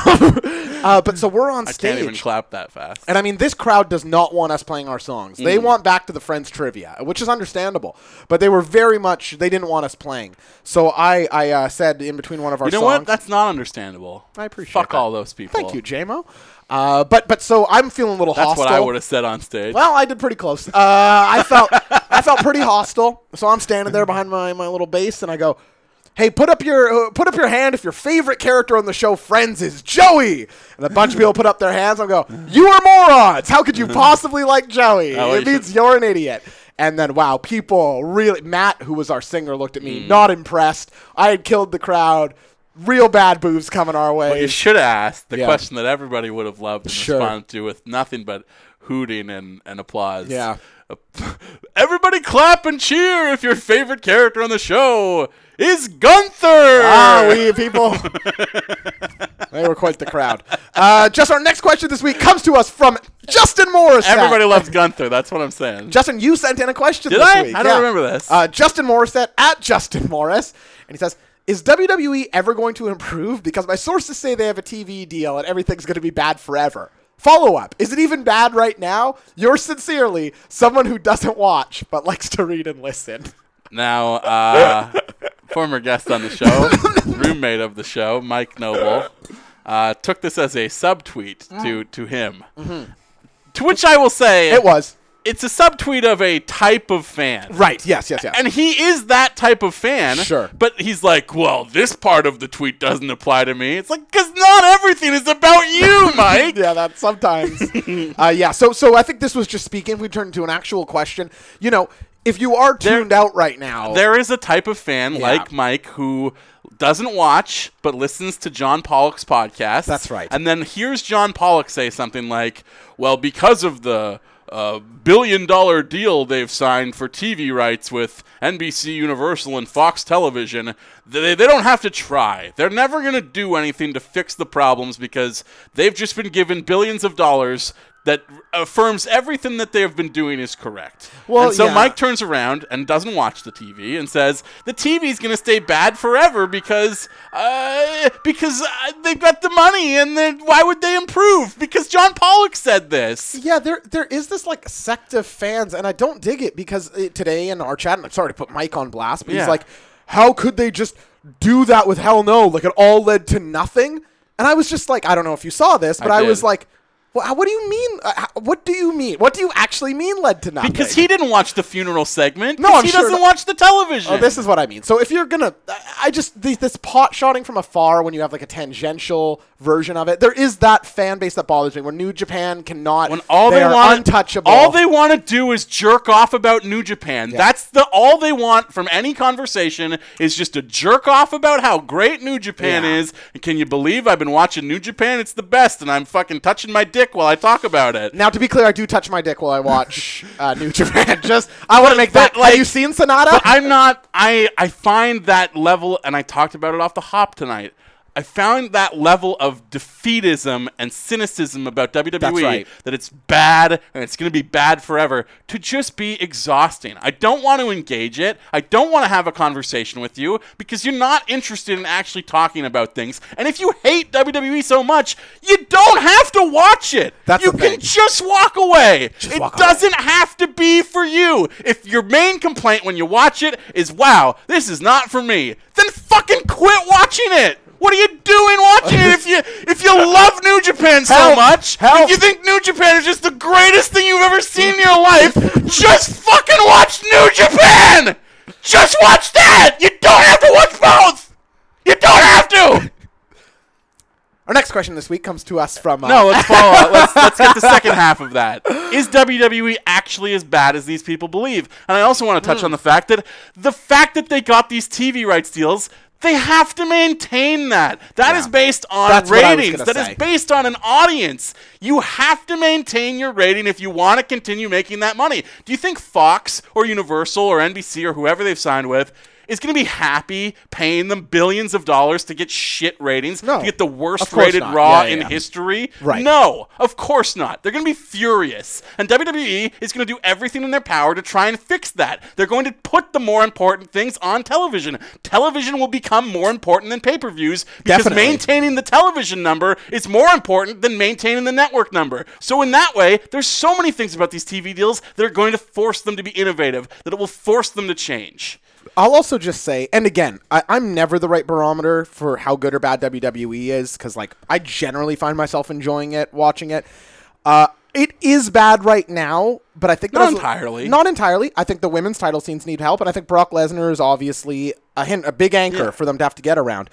S4: uh, but so we're on
S3: I
S4: stage.
S3: can't even clap that fast.
S4: And I mean, this crowd does not want us playing our songs.
S3: Mm.
S4: They want back to the Friends trivia, which is understandable. But they were very much, they didn't want us playing. So I, I uh, said in between one of our
S3: you know
S4: songs.
S3: what? That's not understandable.
S4: I appreciate
S3: Fuck
S4: that.
S3: all those people.
S4: Thank you, JMO. Uh, but, but so I'm feeling a little
S3: That's
S4: hostile.
S3: what I would have said on stage.
S4: <laughs> Well, I did pretty close. Uh, I felt I felt pretty hostile. So I'm standing there behind my, my little base, and I go, "Hey, put up your uh, put up your hand if your favorite character on the show Friends is Joey." And a bunch of people put up their hands. I go, "You are morons! How could you possibly like Joey?
S3: Oh, well,
S4: it
S3: you
S4: means you're an idiot." And then, wow, people really. Matt, who was our singer, looked at me, not impressed. I had killed the crowd. Real bad boobs coming our way.
S3: you should have asked the
S4: Yeah.
S3: question that everybody would have loved and
S4: Sure.
S3: responded to with nothing but hooting and, and applause.
S4: Yeah.
S3: <laughs> Everybody clap and cheer if your favorite character on the show is Gunther.
S4: Ah, we people. <laughs> they were quite the crowd. Uh, just our next question this week comes to us from Justin Morris.
S3: <laughs> Everybody loves Gunther. That's what I'm saying.
S4: Justin, you sent in a question
S3: Did
S4: this
S3: I?
S4: week.
S3: I don't remember this.
S4: Uh, Justin Morissette at Justin Morris. And he says, Is WWE ever going to improve? Because my sources say they have a TV deal and everything's going to be bad forever. Follow up. Is it even bad right now? Yours sincerely, someone who doesn't watch but likes to read and listen.
S3: Now,
S4: <laughs>
S3: uh, former guest on the show, roommate of the show, Mike Noble, uh, took this as a subtweet to to him. To which I will say,
S4: Mm. Mm-hmm. It was.
S3: it's a subtweet of a type of fan.
S4: Right. Yes, yes, yes.
S3: And he is that type of fan.
S4: Sure.
S3: But he's like, well, this part of the tweet doesn't apply to me. It's like, because not everything is about you, Mike.
S4: yeah,
S3: <laughs>
S4: that sometimes. uh, yeah, so so I think this was just speaking. We turned to an actual question. You know, if you are tuned out right now,
S3: There is a type of fan like Mike who doesn't watch but listens to John Pollock's podcast.
S4: That's right.
S3: And then hears John Pollock say something like, well, because of the. uh, billion dollar deal they've signed for TV rights with NBC Universal and Fox Television. They, they don't have to try. They're never going to do anything to fix the problems because they've just been given billions of dollars that affirms everything that they have been doing is correct.
S4: Well,
S3: and so
S4: yeah.
S3: Mike turns around and doesn't watch the TV and says the TV's going to stay bad forever because uh, because uh, they've got the money and then why would they improve? Because John Pollock said this.
S4: Yeah, there there is this like sect of fans, and I don't dig it because uh, today in our chat, and I'm sorry to put Mike on blast, but he's
S3: Yeah.
S4: like, how could they just do that with Hell No? Like it all led to nothing. And I was just like, I don't know if you saw this, but I, was
S3: did.
S4: like, well, what do you mean? Uh, h- What do you mean? What do you actually mean led to nothing?
S3: Because he didn't watch the funeral segment.
S4: No,
S3: 'cause
S4: I'm
S3: he
S4: sure
S3: doesn't
S4: not.
S3: watch the television.
S4: Oh, this is what I mean. So if you're gonna, I- I just the, this pot shotting from afar when you have like a tangential version of it, there is that fan base that bothers me. When New Japan cannot,
S3: when all they,
S4: are
S3: want,
S4: untouchable.
S3: All they want to do is jerk off about New Japan. That's the all they want from any conversation is just to jerk off about how great New Japan
S4: Yeah.
S3: is. And can you believe I've been watching New Japan? It's the best, and I'm fucking touching my dick while I talk about it.
S4: Now, to be clear, I do touch my dick while I watch uh, New Japan. <laughs> Just, I want to make that.
S3: but, like-
S4: have you seen Sonata?
S3: I'm not. I I find that level, and I talked about it off the hop tonight. I found that level of defeatism and cynicism about WWE
S4: right.
S3: that it's bad and it's going to be bad forever to just be exhausting. I don't want to engage it. I don't want to have a conversation with you because you're not interested in actually talking about things. And if you hate WWE so much, you don't have to watch it.
S4: That's
S3: you
S4: the
S3: can
S4: thing.
S3: just walk away. it
S4: walk away.
S3: doesn't doesn't have to be for you. If your main complaint when you watch it is, wow, this is not for me, then fucking quit watching it. What are you doing watching it if you if you love New Japan so
S4: Help!
S3: much?
S4: Help!
S3: If you think New Japan is just the greatest thing you've ever seen in your life, just fucking watch New Japan! Just watch that! You don't have to watch both! You don't have to!
S4: Our next question this week comes to us from. Uh,
S3: No, let's follow up. Let's,
S4: <laughs>
S3: let's get the second half of that. Is WWE actually as bad as these people believe? And I also want to
S4: Hmm.
S3: touch on the fact that the fact that they got these TV rights deals, they have to maintain that. That is based on
S4: That's what I was
S3: ratings.
S4: gonna
S3: That is
S4: say.
S3: based on an audience. You have to maintain your rating if you want to continue making that money. Do you think Fox or Universal or NBC or whoever they've signed with is going to be happy paying them billions of dollars to get shit ratings,
S4: No.
S3: to get the
S4: Of
S3: worst
S4: course
S3: rated
S4: not.
S3: Raw
S4: Yeah, yeah,
S3: in
S4: yeah.
S3: history?
S4: Right.
S3: No, of course not. They're going to be furious. And WWE is going to do everything in their power to try and fix that. They're going to put the more important things on television. Television will become more important than pay per views because
S4: Definitely.
S3: maintaining the television number is more important than maintaining the network number. So, in that way, there's so many things about these TV deals that are going to force them to be innovative, that it will force them to change.
S4: I'll also just say, and again, I, I'm never the right barometer for how good or bad WWE is because, like, I generally find myself enjoying it, watching it. Uh, it is bad right now, but I think
S3: Not
S4: there's-
S3: entirely.
S4: Not entirely. I think the women's title scenes need help, and I think Brock Lesnar is obviously a hint, a big anchor for them to have to get around.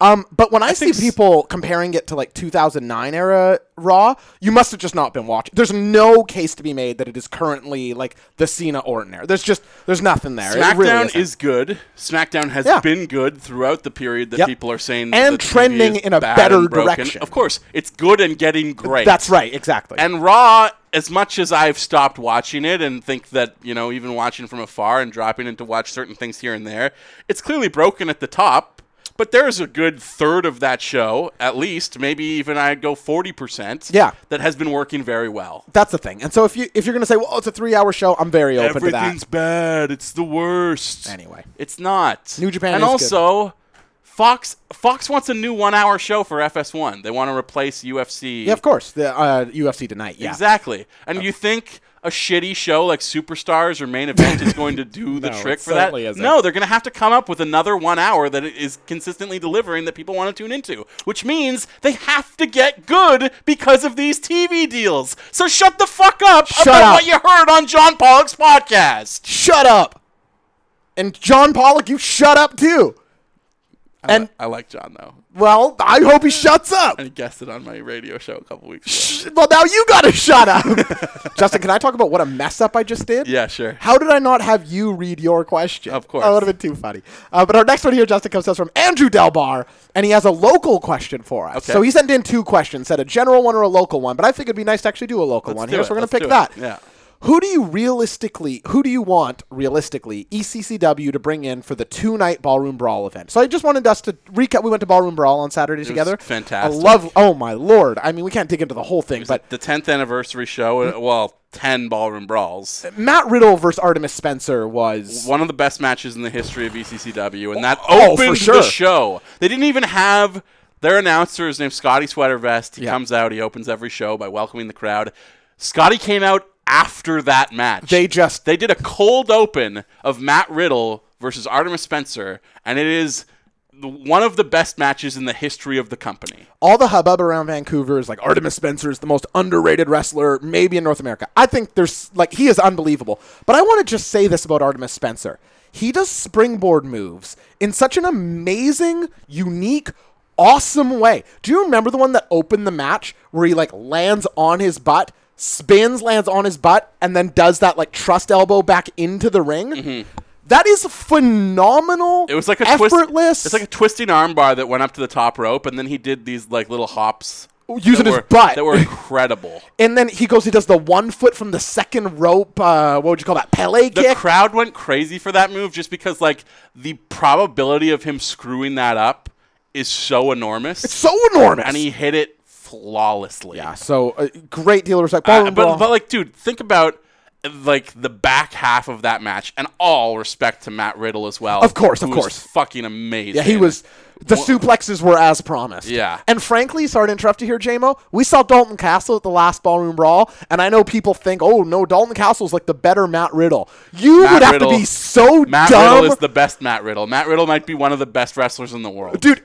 S4: Um, but when I, see
S3: think s-
S4: people comparing it to like 2009 era Raw, you must have just not been watching. There's no case to be made that it is currently like the Cena Orton era. There's just there's nothing there. It
S3: SmackDown
S4: really isn't.
S3: is good. SmackDown has
S4: Yeah.
S3: been good throughout the period that
S4: Yep.
S3: people are saying
S4: And
S3: that the TV
S4: trending
S3: is
S4: in a
S3: bad
S4: better
S3: and broken.
S4: direction.
S3: Of course, it's good and getting great.
S4: That's right, exactly.
S3: And Raw, as much as I've stopped watching it and think that, you know, even watching from afar and dropping in to watch certain things here and there, it's clearly broken at the top. But there's a good third of that show, at least, maybe even I'd go 40%,
S4: Yeah.
S3: that has been working very well.
S4: that's the thing. And so if you if you're gonna say, well, it's a three hour show, I'm very open to that.
S3: Everything's bad. It's the worst.
S4: Anyway.
S3: it's not.
S4: New Japan
S3: and
S4: is good.
S3: also Fox Fox wants a new one-hour show for FS1. They want to replace UFC.
S4: Yeah, of course. The uh, UFC tonight. Yeah.
S3: Exactly. And you think a shitty show like Superstars or Main Event is going to
S4: <laughs>
S3: do the
S4: No,
S3: trick
S4: it
S3: for that?
S4: certainly isn't.
S3: No, they're going to have to come up with another one hour that is consistently delivering that people want to tune into, which means they have to get good because of these TV deals. So shut the fuck up
S4: Shut
S3: about
S4: up.
S3: what you heard on John Pollock's podcast.
S4: Shut up. And John Pollock, you shut up too. And
S3: I like John though.
S4: well, I hope he shuts up.
S3: He guessed it on my radio show a couple weeks <laughs> ago.
S4: Well, now you gotta shut up. <laughs> Justin, can I talk about what a mess up I just did?
S3: yeah, sure.
S4: How did I not have you read your question?
S3: Of course.
S4: That would have been too funny. Uh, but our next one here, Justin, comes to us from Andrew Delbar, and he has a local question for us.
S3: Okay.
S4: So he sent in two questions, said a general one or a local one, but I think it'd be nice to actually do a local one
S3: do
S4: here,
S3: it.
S4: so we're going
S3: Let's
S4: to pick
S3: do it.
S4: that.
S3: Yeah.
S4: Who do you realistically, who do you want realistically E ECCW to bring in for the two night Ballroom Brawl event? So I just wanted us to recap. We went to Ballroom Brawl on Saturday together.
S3: fantastic.
S4: I love, oh my lord. I mean, we can't dig into the whole thing, but
S3: the 10th anniversary show, uh, well, 10 ballroom brawls.
S4: Matt Riddle versus Artemis Spencer was.
S3: One of the best matches in the history of ECCW, and that
S4: Oh,
S3: opened
S4: for
S3: the
S4: sure.
S3: show. They didn't even have their announcer is named Scotty Sweatervest. He
S4: Yeah.
S3: comes out, he opens every show by welcoming the crowd. Scotty came out after that match.
S4: They just-
S3: they did a cold open of Matt Riddle versus Artemis Spencer, and it is the- one of the best matches in the history of the company.
S4: all the hubbub around Vancouver is like Artemis Spencer is the most underrated wrestler maybe in North America. I think there's like he is unbelievable. But I want to just say this about Artemis Spencer. He does springboard moves in such an amazing, unique, awesome way. Do you remember the one that opened the match where he like lands on his butt, spins, lands on his butt, and then does that like trust elbow back into the ring? That is phenomenal.
S3: Mm-hmm. It was like a
S4: effortless.
S3: Twist, it's like a twisting armbar that went up to the top rope, and then he did these like little hops that
S4: Using his
S3: were-
S4: butt.
S3: that were incredible.
S4: <laughs> And then he goes, he does the one foot from the second rope. Uh, what would you call that? Pele
S3: the
S4: kick.
S3: crowd went crazy for that move just because like the probability of him screwing that up is so enormous,
S4: so enormous.
S3: and he hit it flawlessly.
S4: yeah, so a great deal of respect.
S3: Uh,
S4: Ballroom
S3: but,
S4: Brawl.
S3: but like, dude, think about uh, like the back half of that match, and all respect to Matt Riddle as well.
S4: Of course,
S3: who
S4: of
S3: was
S4: course.
S3: fucking amazing.
S4: yeah, he was. The suplexes were as promised.
S3: Yeah.
S4: And frankly, sorry to interrupt you here, JMO. We saw Dalton Castle at the last Ballroom Brawl, and I know people think, oh, no, Dalton Castle's like the better Matt Riddle. You
S3: Matt
S4: would have
S3: Riddle-
S4: to be so
S3: Matt
S4: dumb.
S3: Riddle is the best Matt Riddle. Matt Riddle might be one of the best wrestlers in the world.
S4: dude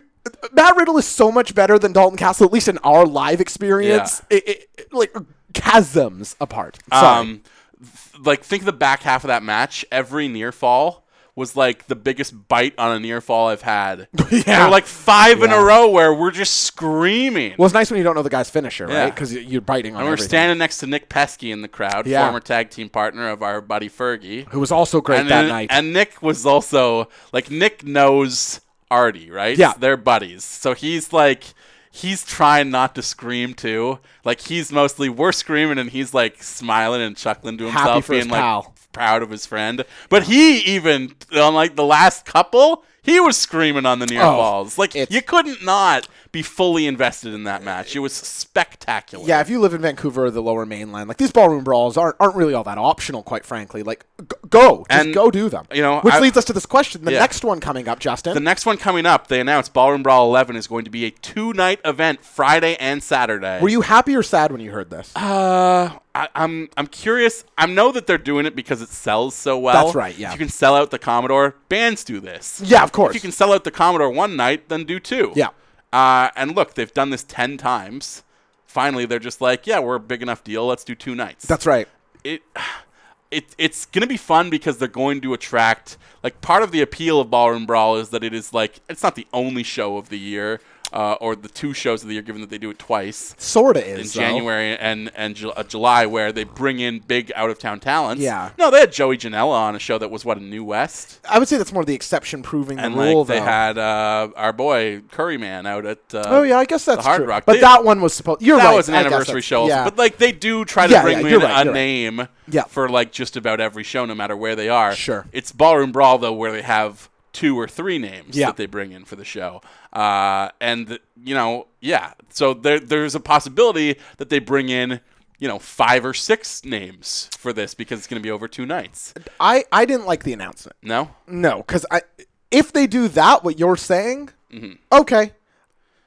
S4: matt riddle is so much better than dalton castle at least in our live experience It- it- it- like chasms apart Sorry.
S3: Um, th- like think of the back half of that match. Every near fall was like the biggest bite on a near fall I've had.
S4: <laughs> Yeah.
S3: There were like five in a
S4: Yeah.
S3: row where we're just screaming.
S4: well it's nice when you don't know the guy's finisher right?
S3: Yeah.
S4: right because you're biting on
S3: and we're
S4: everything.
S3: standing next to Nick Pesky in the crowd,
S4: Yeah.
S3: former tag team partner of our buddy Fergie.
S4: who was also great
S3: and,
S4: that
S3: then-
S4: night
S3: and Nick was also like Nick knows Artie, right?
S4: Yeah.
S3: they're buddies. So he's like he's trying not to scream too. Like he's mostly we're screaming and he's like smiling and chuckling to
S4: Happy
S3: himself,
S4: for
S3: being
S4: his
S3: like
S4: pal.
S3: proud of his friend. But he even on like the last couple. He was screaming on the near
S4: Oh,
S3: balls. Like
S4: it's-
S3: you couldn't not be fully invested in that match. It was spectacular.
S4: yeah, if you live in Vancouver or the Lower Mainland, like these ballroom brawls aren't aren't really all that optional, quite frankly. Like, g- go, just
S3: And,
S4: go do them.
S3: you know,
S4: which
S3: I-
S4: leads us to this question: the
S3: Yeah.
S4: next one coming up, Justin.
S3: The next one coming up, they announced Ballroom Brawl 11 is going to be a two-night event, Friday and Saturday.
S4: were you happy or sad when you heard this?
S3: Uh, I, I'm I'm curious. I know that they're doing it because it sells so well.
S4: That's right, yeah.
S3: If you can sell out the Commodore, bands do this.
S4: yeah, of course.
S3: If you can sell out the Commodore one night, then do two.
S4: Yeah.
S3: Uh, and look, they've done this ten times. Finally, they're just like, yeah, we're a big enough deal. Let's do two nights.
S4: That's right.
S3: It. <sighs> It, it's going to be fun because they're going to attract like part of the appeal of ballroom brawl is that it is like it's not the only show of the year uh, or the two shows of the year given that they do it twice
S4: Sorta
S3: in
S4: is though.
S3: January and and Ju- uh, July where they bring in big out of town talents.
S4: Yeah.
S3: No, they had Joey Janela on a show that was what in New West,
S4: I would say that's more the exception proving
S3: and
S4: the rule.
S3: like they
S4: though.
S3: had uh, our boy Curry Man out at. Uh,
S4: Oh yeah, I guess that's
S3: the Hard
S4: true.
S3: Rock.
S4: But
S3: They-
S4: that one was supposed. You're
S3: that
S4: right.
S3: was an
S4: I guess
S3: anniversary
S4: that's-
S3: show.
S4: Yeah.
S3: But like they do try to
S4: Yeah,
S3: bring
S4: yeah,
S3: in
S4: you're right,
S3: a
S4: you're right.
S3: name
S4: Yeah.
S3: for like just about every show, no matter where they are.
S4: Sure.
S3: It's Ballroom Brawl though, where they have two or three names
S4: Yeah.
S3: that they bring in for the show, uh, and you know, yeah. So there, there's a possibility that they bring in. You know, five or six names for this because it's going to be over two nights.
S4: I I didn't like the announcement.
S3: No,
S4: No, because I if they do that, what you're saying, Okay.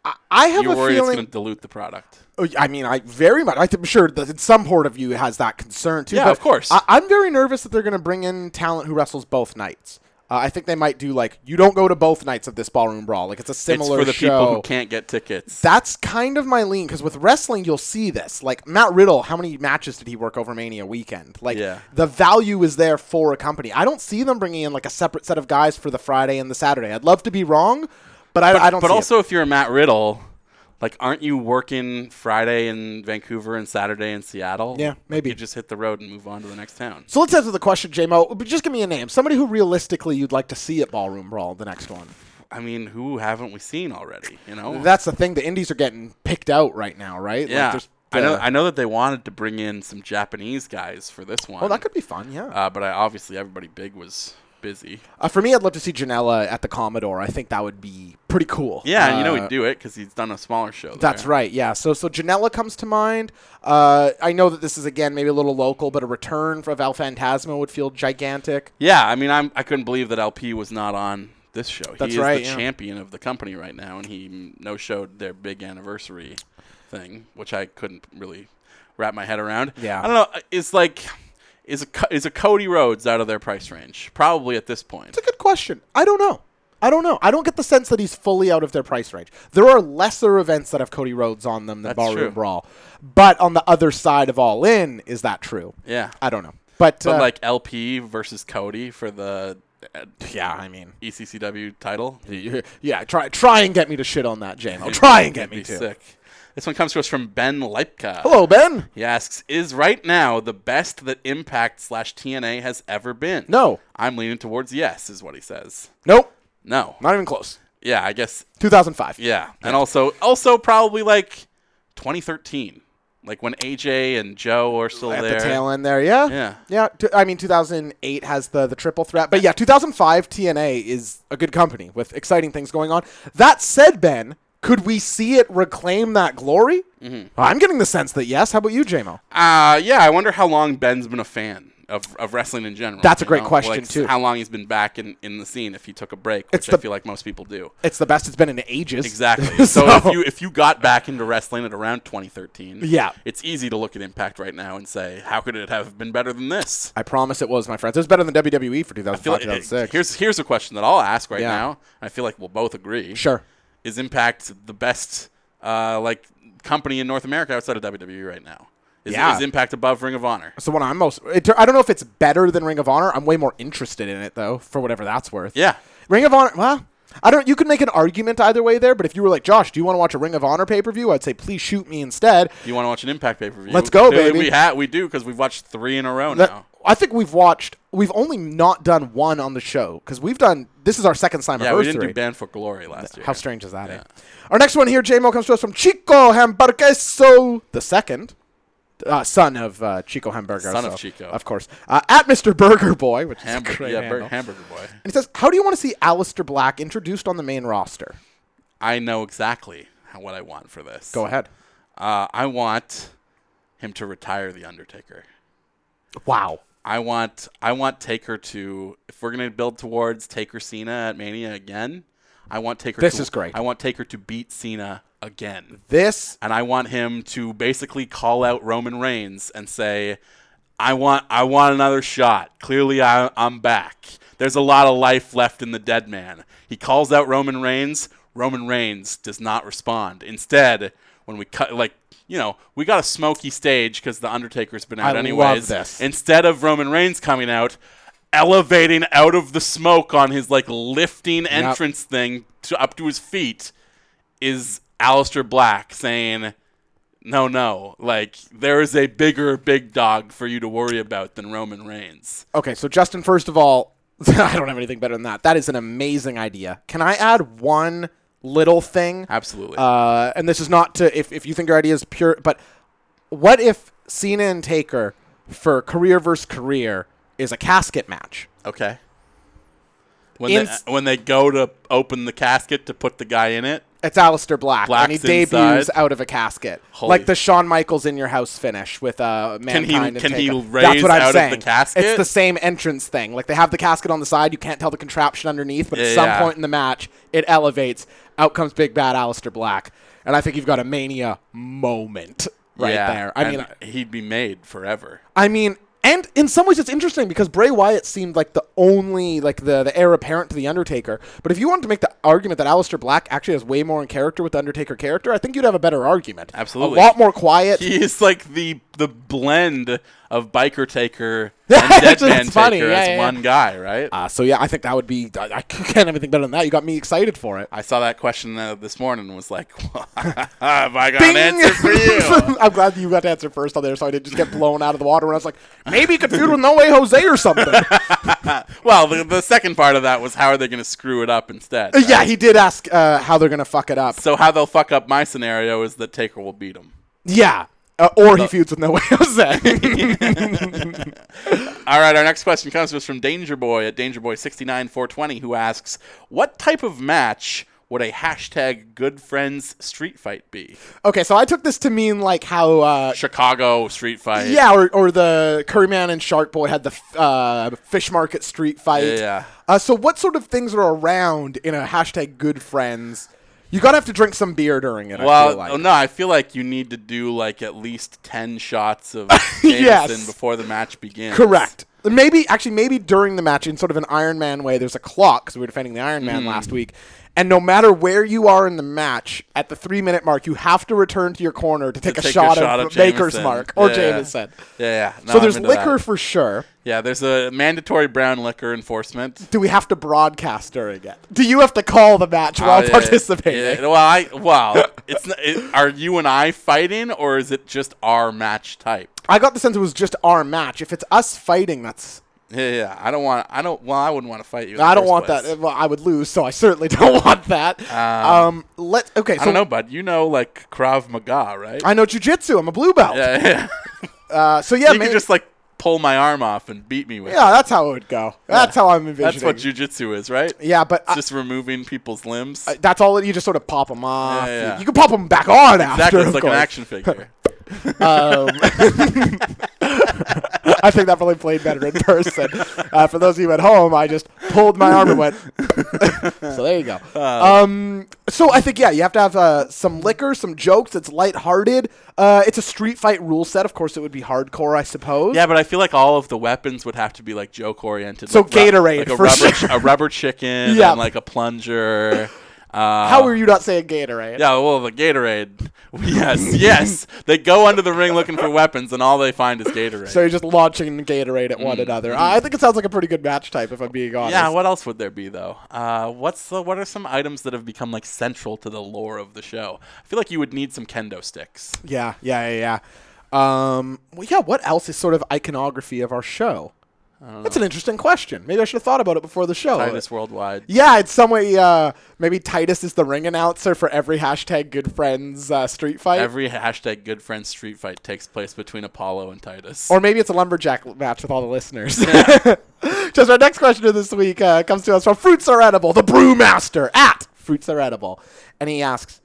S4: I, I have
S3: Mm-hmm. You're
S4: a
S3: worried it's
S4: feeling.
S3: going to dilute the product.
S4: Oh, y- I mean, I very much. I'm sure that some horde of you has that concern too.
S3: Yeah,
S4: but
S3: of course.
S4: I, I'm very nervous that they're going to bring in talent who wrestles both nights. Uh, I think they might do like you don't go to both nights of this ballroom brawl. Like it's a
S3: It's
S4: similar
S3: for the
S4: show.
S3: people who can't get tickets.
S4: That's kind of my lean because with wrestling, you'll see this. Like Matt Riddle, how many matches did he work over Mania weekend? Like
S3: Yeah.
S4: the value is there for a company. I don't see them bringing in like a separate set of guys for the Friday and the Saturday. I'd love to be wrong, but I, I don't.
S3: But
S4: see it.
S3: also, if you're a Matt Riddle, like, aren't you working Friday in Vancouver and Saturday in Seattle?
S4: Yeah,
S3: Like,
S4: maybe.
S3: You just hit the road and move on to the next town.
S4: So let's answer the question, JMO. But just give me a name. Somebody who realistically you'd like to see at Ballroom Brawl, the next one.
S3: I mean, who haven't we seen already? You know,
S4: That's the thing. The indies are getting picked out right now, right? Like,
S3: yeah.
S4: there's
S3: I know.
S4: the-
S3: I know that they wanted to bring in some Japanese guys for this one.
S4: oh, that could be fun, yeah. Uh,
S3: Uh, but I obviously everybody big was busy.
S4: for me, I'd love to see Janela at the Commodore. I think that would be pretty cool.
S3: Yeah, and you know
S4: Uh,
S3: he'd do it because he's done a smaller show.
S4: That's right. Yeah. So so Janela comes to mind. Uh, I know that this is again maybe a little local, but a return of El Fantasma would feel gigantic.
S3: Yeah, I mean, I'm I couldn't believe that LP was not on this show.
S4: That's
S3: he is
S4: right,
S3: the
S4: yeah.
S3: champion of the company right now, and he no showed their big anniversary thing, which I couldn't really wrap my head around.
S4: Yeah.
S3: I don't know. uh, It's like. Is a, Co- is a Cody Rhodes out of their price range? Probably at this point.
S4: That's a good question. I don't know. I don't know. I don't get the sense that he's fully out of their price range. There are lesser events that have Cody Rhodes on them than
S3: That's
S4: Ballroom
S3: true.
S4: Brawl, but on the other side of All In, is that true?
S3: Yeah.
S4: I don't know. But,
S3: But
S4: uh,
S3: like LP versus Cody for the uh,
S4: yeah, I mean,
S3: ECCW title.
S4: <laughs> yeah. Try try and get me to shit on
S3: <laughs>
S4: that, JMO. Try and get
S3: It'd be
S4: me to.
S3: Sick. This one comes to us from Ben Leipka.
S4: Hello, Ben.
S3: He asks, "Is right now the best that Impact slash TNA has ever been?"
S4: No.
S3: I'm leaning towards yes, is what he says.
S4: Nope,
S3: No.
S4: not even close.
S3: Yeah, I guess.
S4: 2005.
S3: Yeah, and also, also probably like 2013, like when AJ and Joe are still
S4: At
S3: there.
S4: the tail end there, yeah,
S3: Yeah.
S4: yeah. T- I mean, 2008 has the the triple threat, but yeah, 2005 TNA is a good company with exciting things going on. That said, Ben, could we see it reclaim that glory?
S3: Mm-hmm.
S4: I'm getting the sense that yes. How about you, JMO?
S3: Uh, yeah, I wonder how long Ben's been a fan of, of wrestling in general.
S4: That's a
S3: you
S4: great
S3: know?
S4: question,
S3: Like,
S4: too.
S3: How long he's been back in, in the scene if he took a break, which
S4: It's
S3: I
S4: the-
S3: feel like most people do.
S4: It's the best it's been in ages.
S3: <laughs>
S4: <laughs>
S3: Exactly. so, if you if you got back into wrestling at around 2013,
S4: Yeah.
S3: it's easy to look at Impact right now and say, how could it have been better than this?
S4: I promise it was, my friends. It was better than WWE for 2005,
S3: feel like- uh,
S4: 2006.
S3: here's here's a question that I'll ask right
S4: Yeah.
S3: now. And I feel like we'll both agree.
S4: Sure.
S3: Is Impact the best uh, like company in North America outside of WWE right now? Is,
S4: Yeah.
S3: is Impact above Ring of Honor?
S4: It's the one I'm most. It, I don't know if it's better than Ring of Honor. I'm way more interested in it though, for whatever that's worth.
S3: Yeah.
S4: Ring of Honor. Well, I don't. You can make an argument either way there, but if you were like Josh, do you want to watch a Ring of Honor pay per view? I'd say please shoot me instead.
S3: Do you want to watch an Impact pay per view?
S4: Let's go, baby.
S3: We ha- we do because we've watched three in a row
S4: That-
S3: now.
S4: I think we've watched. We've only not done one on the show because we've done. This is our second time
S3: Yeah, we didn't do
S4: anniversary.
S3: Band for Glory last year.
S4: How strange is that? eh? Our next one here, JMO, comes to us from Chico Hamburgueso the second. Uh, son of uh, Chico Hamburger.
S3: Son of Chico.
S4: Of course. Uh, at Mr. Burger Boy, which is a
S3: Hamburger,
S4: <laughs> great
S3: yeah, Bur-
S4: handle.
S3: hamburger boy.
S4: And he says, How do you want to see Alistair Black introduced on the main roster?
S3: I know exactly how, what I want for this.
S4: Go ahead.
S3: Uh, I want him to retire the Undertaker.
S4: Wow.
S3: I want I want Taker to if we're gonna build towards Taker Cena at Mania again, I want Taker.
S4: This
S3: to,
S4: is great.
S3: I want Taker to beat Cena again,
S4: This,
S3: and I want him to basically call out Roman Reigns and say, "I want I want another shot. Clearly, I, I'm back. There's a lot of life left in the dead man." He calls out Roman Reigns. Roman Reigns does not respond. Instead, when we cut like. You know, we got a smoky stage because the Undertaker's been out
S4: I
S3: anyways.
S4: love this.
S3: Instead of Roman Reigns coming out, elevating out of the smoke on his like lifting entrance thing to up to his feet is Alistair Black saying, "No, no, like there is a bigger big dog for you to worry about than Roman Reigns."
S4: okay, so Justin, first of all, <laughs> I don't have anything better than that. That is an amazing idea. Can I add one little thing?
S3: Absolutely.
S4: Uh, and this is not to, if, if you think your idea is pure, but what if Cena and Taker for career versus career is a casket match?
S3: okay. When
S4: Ins-
S3: they when they go to open the casket to put the guy in it,
S4: It's Alistair Black, and he
S3: Black's inside.
S4: debuts out of a casket,
S3: Holy-
S4: like the Shawn Michaels in your house finish with uh,
S3: Can
S4: mankind.
S3: he-
S4: and
S3: can he
S4: Taker.
S3: raise
S4: That's what I'm
S3: out of the
S4: saying.
S3: casket?
S4: It's the same entrance thing. Like they have the casket on the side, you can't tell the contraption underneath, but
S3: Yeah,
S4: at some
S3: yeah.
S4: point in the match, it elevates. Out comes Big Bad Alistair Black, and I think you've got a mania moment right
S3: Yeah,
S4: there. I
S3: and
S4: mean,
S3: he'd be made forever.
S4: I mean, and in some ways it's interesting because Bray Wyatt seemed like the only, like the, the heir apparent to The Undertaker. But if you wanted to make the argument that Aleister Black actually has way more in character with the Undertaker character, I think you'd have a better argument.
S3: Absolutely.
S4: A lot more quiet.
S3: <laughs> He is like the the blend of biker
S4: <laughs>
S3: taker and
S4: That's
S3: dead
S4: what's
S3: man
S4: funny,
S3: taker
S4: yeah,
S3: as
S4: yeah, yeah.
S3: one guy, right?
S4: uh, so yeah, I think that would be, I, I <laughs> can't have anything better than that. You got me excited for it.
S3: I saw that question uh, this morning and was like, <laughs> "Have I got an answer
S4: <laughs>
S3: for you?"
S4: I'm glad that you got to answer first on there so I didn't just get blown out of the water when I was like, maybe you could feud with No Way Jose
S3: <laughs>
S4: or something.
S3: well, the, the second part of that was how are they going to screw it up instead? right?
S4: yeah, he did ask uh, how they're going to fuck it up.
S3: So how they'll fuck up my scenario is that Taker will beat him.
S4: Yeah. Uh, or he feuds with No Way Jose. <laughs>
S3: All right, our next question comes to us from Danger Boy at DangerBoy69420, who asks, "What type of match would a hashtag Good Friends Street Fight be?
S4: Okay, so I took this to mean like how, uh,
S3: Chicago Street Fight?
S4: yeah, or, or the Curry Man and Shark Boy had the f- uh, fish market street fight.
S3: Yeah, yeah.
S4: Uh, so what sort of things are around in a hashtag Good Friends? You gotta have to drink some beer during it. I
S3: Well,
S4: feel like.
S3: no, I feel like you need to do like at least ten shots
S4: <laughs>
S3: of Jameson
S4: Yes.
S3: before the match begins.
S4: correct. Maybe actually, maybe during the match in sort of an Iron Man way. There's a clock because we were defending the Iron
S3: Mm-hmm.
S4: Man last week, and no matter where you are in the match, at the three minute mark, you have to return to your corner to take,
S3: Take
S4: a, shot of, Baker's
S3: Jameson.
S4: Mark or
S3: Yeah.
S4: Jameson.
S3: Yeah. yeah. No,
S4: so
S3: I'm
S4: there's
S3: into that.
S4: liquor for sure.
S3: Yeah, there's a mandatory brown liquor enforcement.
S4: do we have to broadcast during it? Do you have to call the match <laughs> while
S3: Uh, yeah,
S4: participating?
S3: yeah. Well, I well, it's not, it, are you and I fighting or is it just our match type?
S4: I got the sense it was just our match. If it's us fighting, that's
S3: Yeah, yeah. I don't want. I don't. Well, I wouldn't want to fight you. in the
S4: I don't
S3: first
S4: want
S3: place.
S4: that. Uh, Well, I would lose, so I certainly <laughs> don't want that. Um, let okay. So
S3: I don't know, bud. You know, like Krav Maga, right?
S4: I know jujitsu. I'm a blue belt.
S3: yeah, <laughs> yeah.
S4: Uh, so yeah,
S3: you
S4: man,
S3: can just like pull my arm off and beat me with.
S4: yeah,
S3: it.
S4: that's how it would go. That's how I'm envisioning.
S3: That's what jujitsu is, right?
S4: yeah, but
S3: It's
S4: I-
S3: just removing people's limbs.
S4: that's all. it- You just sort of pop them off.
S3: Yeah, yeah.
S4: You can pop them back on after.
S3: exactly, it's
S4: of
S3: like
S4: course.
S3: an
S4: <laughs>
S3: action figure.
S4: Um, <laughs> I think that probably played better in person. Uh, for those of you at home, I just pulled my arm and went. <laughs> so there you go.
S3: Uh.
S4: Um, so I think yeah, you have to have uh, some liquor, some jokes. It's lighthearted. Uh, it's a street fight rule set. Of course, it would be hardcore, I suppose.
S3: yeah, but I feel like all of the weapons would have to be like joke oriented.
S4: So
S3: like, ru-
S4: Gatorade
S3: like a
S4: for
S3: rubber,
S4: sure.
S3: a rubber chicken,
S4: <laughs> Yeah.
S3: and like a plunger. Uh,
S4: How are you not saying Gatorade?
S3: Yeah, well, the Gatorade. <laughs> Yes, yes. They go under the ring looking for weapons, and all they find is Gatorade.
S4: So you're just launching Gatorade at one another. I I think it sounds like a pretty good match type, if I'm being honest.
S3: Mm-hmm. yeah, what else would there be though? Uh, what's the, what are some items that have become like central to the lore of the show? I feel like you would need some kendo sticks.
S4: Yeah, yeah, yeah, yeah. Um, well, yeah. What else is sort of iconography of our show? That's an interesting question. Maybe I should have thought about it before the show.
S3: Titus Worldwide.
S4: <laughs> Yeah, it's some way. Uh, maybe Titus is the ring announcer for every hashtag Good Friends uh, street fight,
S3: Every hashtag Good Friends Street Fight takes place between Apollo and Titus.
S4: or maybe it's a lumberjack l- match with all the listeners. <laughs> Just our next question of this week uh, comes to us from Fruits Are Edible, the brewmaster at Fruits Are Edible, and he asks.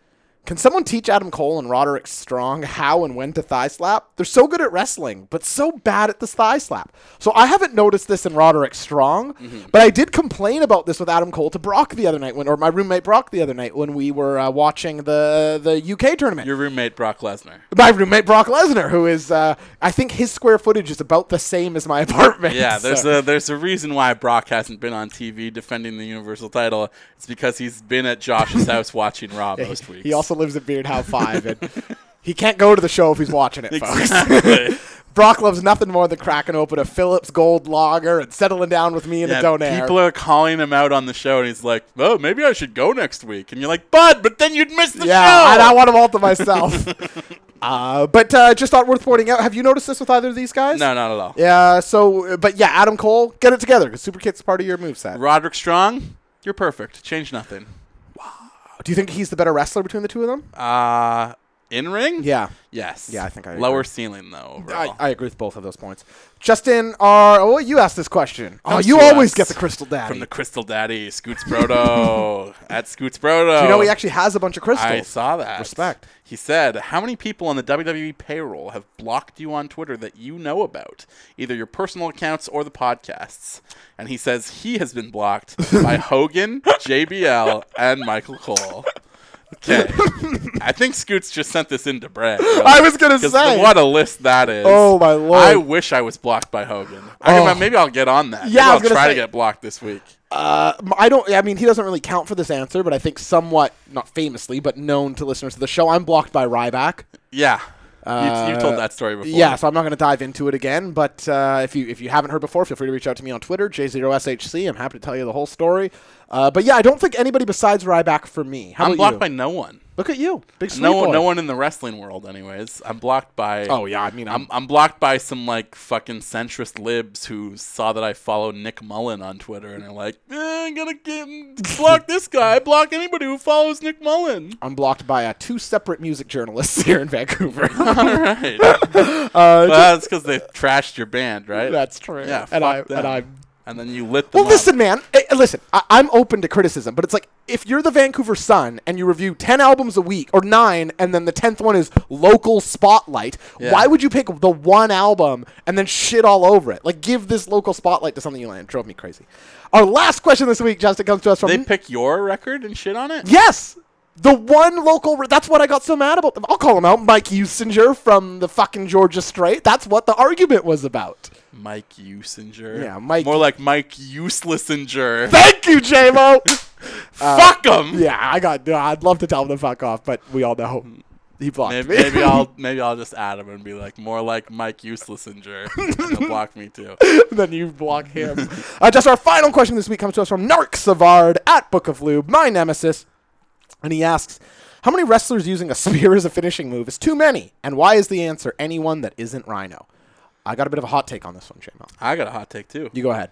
S4: Can someone teach Adam Cole and Roderick Strong how and when to thigh slap? They're so good at wrestling, but so bad at the thigh slap. So I haven't noticed this in Roderick Strong, but I did complain about this with Adam Cole to Brock the other night when, or my roommate Brock the other night when we were uh, watching the the UK tournament.
S3: Your roommate Brock
S4: <laughs>
S3: Lesnar.
S4: my roommate Brock Lesnar, who is, uh, I think his square footage is about the same as my <laughs> apartment.
S3: Yeah, there's
S4: so-
S3: a there's a reason why Brock hasn't been on TV defending the Universal title. It's because he's been at Josh's
S4: <laughs>
S3: house watching Raw most weeks.
S4: He
S3: <laughs>
S4: also lives at Beard Howe Five, and he can't go to the show if he's watching it,
S3: <laughs>
S4: folks.
S3: Exactly.
S4: <laughs> Brock loves nothing more than cracking open a Phillips Gold Lager and settling down with me in
S3: Yeah,
S4: a donair.
S3: people are calling him out on the show, and he's like, "Oh, maybe I should go next week." And you're like, "Bud, but then you'd miss the
S4: yeah, and
S3: show."
S4: I want them all to myself.
S3: <laughs>
S4: uh, but uh, just thought worth pointing out. Have you noticed this with either of these guys?
S3: no, not at all.
S4: Yeah. So, but yeah, Adam Cole, get it together because super kick's part of your moveset.
S3: Roderick Strong, you're perfect. Change nothing.
S4: Do you think he's the better wrestler between the two of them?
S3: Uh, In ring?
S4: Yeah.
S3: Yes.
S4: Yeah, I think I agree.
S3: Lower ceiling though.
S4: I,
S3: Overall.
S4: I agree with both of those points. Justin, are oh you asked this question. Oh,
S3: Comes
S4: you
S3: to
S4: always
S3: us
S4: get the crystal daddy.
S3: from the Crystal Daddy, Scoots Brodo <laughs> at Scoots Brodo.
S4: you know he actually has a bunch of crystals.
S3: Oh. I saw that.
S4: Respect.
S3: He said, "How many people on the WWE payroll have blocked you on Twitter that you know about, either your personal accounts or the podcasts?" And he says he has been blocked
S4: <laughs>
S3: by Hogan, JBL, and Michael Cole. Okay, I think Scoots just sent this into Brad. really.
S4: I was gonna
S3: 'Cause
S4: say.
S3: what a list that is.
S4: Oh, my lord.
S3: I wish I was blocked by Hogan. I
S4: Oh.
S3: can, maybe I'll get on that.
S4: Yeah, I
S3: maybe
S4: was
S3: I'll
S4: gonna
S3: try
S4: say-
S3: to get blocked this week.
S4: Uh, m- I don't. I mean, he doesn't really count for this answer, but I think somewhat, not famously, but known to listeners to the show, I'm blocked by Ryback.
S3: Yeah, you,
S4: Uh,
S3: you told that story before.
S4: Yeah, so I'm not going to dive into it again. But uh, if you if you haven't heard before, feel free to reach out to me on Twitter, J0SHC. I'm happy to tell you the whole story. Uh, but yeah, I don't think anybody besides Ryback for me. How
S3: I'm
S4: about
S3: blocked
S4: you?
S3: by no one.
S4: Look at you, big sweet
S3: no
S4: boy.
S3: one, no one in the wrestling world, anyways. I'm blocked by.
S4: Oh yeah, I mean, I'm,
S3: I'm, I'm blocked by some like fucking centrist libs who saw that I followed Nick Mullen on Twitter and are like, eh, I'm gonna get,
S4: <laughs>
S3: block this guy. Block anybody who follows Nick Mullen. <laughs>
S4: I'm blocked by uh, two separate music journalists <laughs> here in
S3: <laughs>
S4: Vancouver. Uh,
S3: All
S4: <laughs>
S3: right. well, that's because they trashed your band, right?
S4: That's true.
S3: Yeah.
S4: And
S3: And
S4: I-
S3: I
S4: and I'm-
S3: And then you lit them.
S4: Well,
S3: up.
S4: listen, man. eh, eh, listen, I- I'm open to criticism, but it's like if you're the Vancouver Sun and you review 10 albums a week or nine, and then the 10th one is local spotlight,
S3: Yeah.
S4: why would you pick the one album and then shit all over it? Like, give this local spotlight to something you like. It drove me crazy. Our last question this week, Justin, comes to us from.
S3: They pick your record and shit on it.
S4: yes! The one local. Re- that's what I got so mad about. I'll call him out. Mike Usinger from the fucking Georgia Strait. That's what the argument was about.
S3: Mike Usinger.
S4: Yeah, Mike-
S3: More like Mike Uselessinger.
S4: Thank you, JMO!
S3: Fuck him.
S4: Yeah, I got. I'd love to tell him to fuck off, but we all know he blocked
S3: Maybe,
S4: me.
S3: maybe I'll maybe I'll just add him and be like more like Mike
S4: <laughs>
S3: Uselessinger. and he'll block me too.
S4: <laughs> then you block him. uh, just our final question this week comes to us from Narc Savard at Book of Lube, my nemesis, and he asks, "How many wrestlers using a <laughs> spear as a finishing move is too many, and why is the answer anyone that isn't Rhino?" I got a bit of a hot take on this one, JMO.
S3: I got a hot take too.
S4: You go ahead.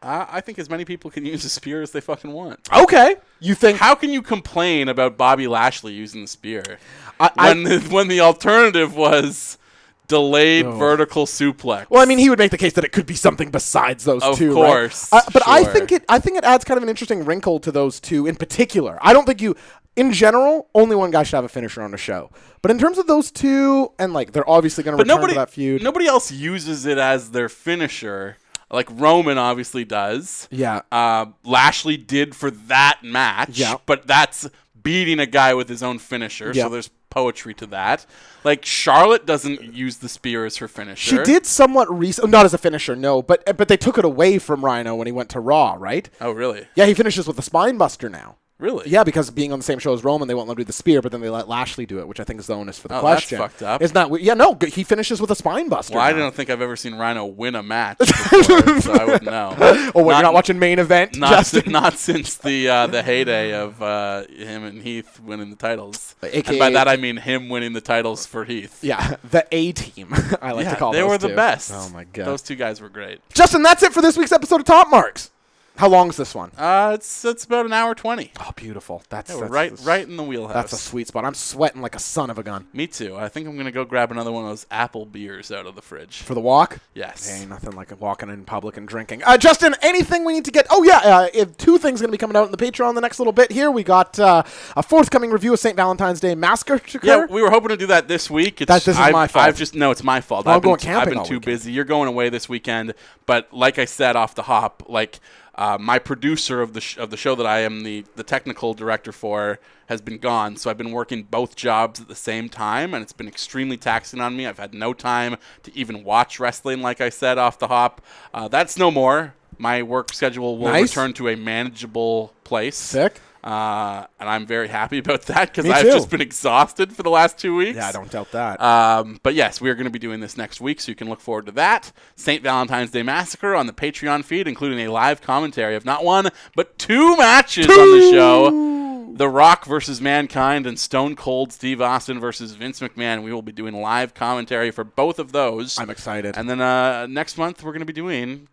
S3: I, I think as many people can use a spear as they fucking want.
S4: Okay. You think?
S3: How can you complain about Bobby Lashley using the spear
S4: I- I-
S3: when the, when the alternative was delayed vertical suplex?
S4: Well, I mean, he would make the case that it could be something besides those
S3: Of
S4: two,
S3: course,
S4: right? Uh, but I
S3: sure.
S4: think it, I think it adds kind of an interesting wrinkle to those two in particular. I don't think you, in general, only one guy should have a finisher on a show. But in terms of those two, and like they're obviously going to
S3: but
S4: return
S3: nobody
S4: to that feud.
S3: nobody else uses it as their finisher. Like Roman obviously does.
S4: Yeah.
S3: Uh, Lashley did for that match.
S4: Yeah.
S3: But that's beating a guy with his own finisher.
S4: Yeah.
S3: So there's poetry to that. Like Charlotte doesn't use the spear as her
S4: She
S3: finisher.
S4: did somewhat recent, not as a finisher, no, but but they took it away from Rhino when he went to Raw, right?
S3: Oh really?
S4: Yeah, he finishes with the spine buster now.
S3: Really?
S4: Yeah, because being on the same show as Roman, they won't let him do the spear, but then they let Lashley do it, which I think is the onus for the
S3: Oh, that's
S4: question.
S3: fucked up.
S4: Isn't that? we- Yeah, no, g- he finishes with a spine buster.
S3: Well, I
S4: now. <laughs>
S3: don't think I've ever seen Rhino win a match, before, so I would know.
S4: <laughs> Oh, what, you're not watching main event,
S3: <laughs> Not, si- <laughs>
S4: Justin?
S3: not since the uh, the heyday of uh, him and Heath winning the titles.
S4: AKA
S3: and by that I mean him winning the titles for Heath.
S4: yeah, the A team. <laughs> I like
S3: Yeah,
S4: to call
S3: they
S4: those
S3: were the
S4: two.
S3: best.
S4: Oh my god,
S3: those two guys were great.
S4: Justin, that's it for this week's episode of Top Marks. How long is this one?
S3: Uh, it's it's about an hour twenty.
S4: Oh, beautiful. That's,
S3: Yeah, we're
S4: that's
S3: right
S4: that's-
S3: right in the wheelhouse.
S4: That's a sweet spot. I'm sweating like a son of a gun
S3: Me too. I think I'm gonna go grab another one of those apple beers out of the fridge.
S4: for the walk.
S3: Yes.
S4: Ain't nothing like walking in public and drinking. Uh, Justin, anything we need to get? Oh yeah, uh, if two things going to be coming out in the Patreon the next little bit. Here we got uh, a forthcoming review of St. Valentine's Day Massacre.
S3: Yeah, we were hoping to do that this week. It's,
S4: That- this is
S3: I've,
S4: my fault.
S3: I've just no, it's my fault.
S4: I'm
S3: I've been,
S4: going
S3: t-
S4: camping
S3: I've been
S4: all
S3: too
S4: weekend.
S3: busy. You're going away this weekend, but like I said off the hop, like uh, my producer of the sh- of the show that I am the the technical director for has been gone, so I've been working both jobs at the same time, and it's been extremely taxing on me. I've had no time to even watch wrestling, like I said off the hop. Uh, that's no more. My work schedule will
S4: Nice.
S3: return to a manageable place.
S4: Sick.
S3: Uh, and I'm very happy about that because
S4: Me
S3: I've
S4: too.
S3: just been exhausted for the last two weeks.
S4: yeah, I don't doubt that.
S3: Um, but yes, we are going to be doing this next week, so you can look forward to that. St. Valentine's Day Massacre on the Patreon feed, including a live commentary of not one, but two matches on the show The Rock versus Mankind and Stone Cold Steve Austin versus Vince McMahon. We will be doing live commentary for both of those.
S4: I'm excited.
S3: And then uh, next month, we're going to be doing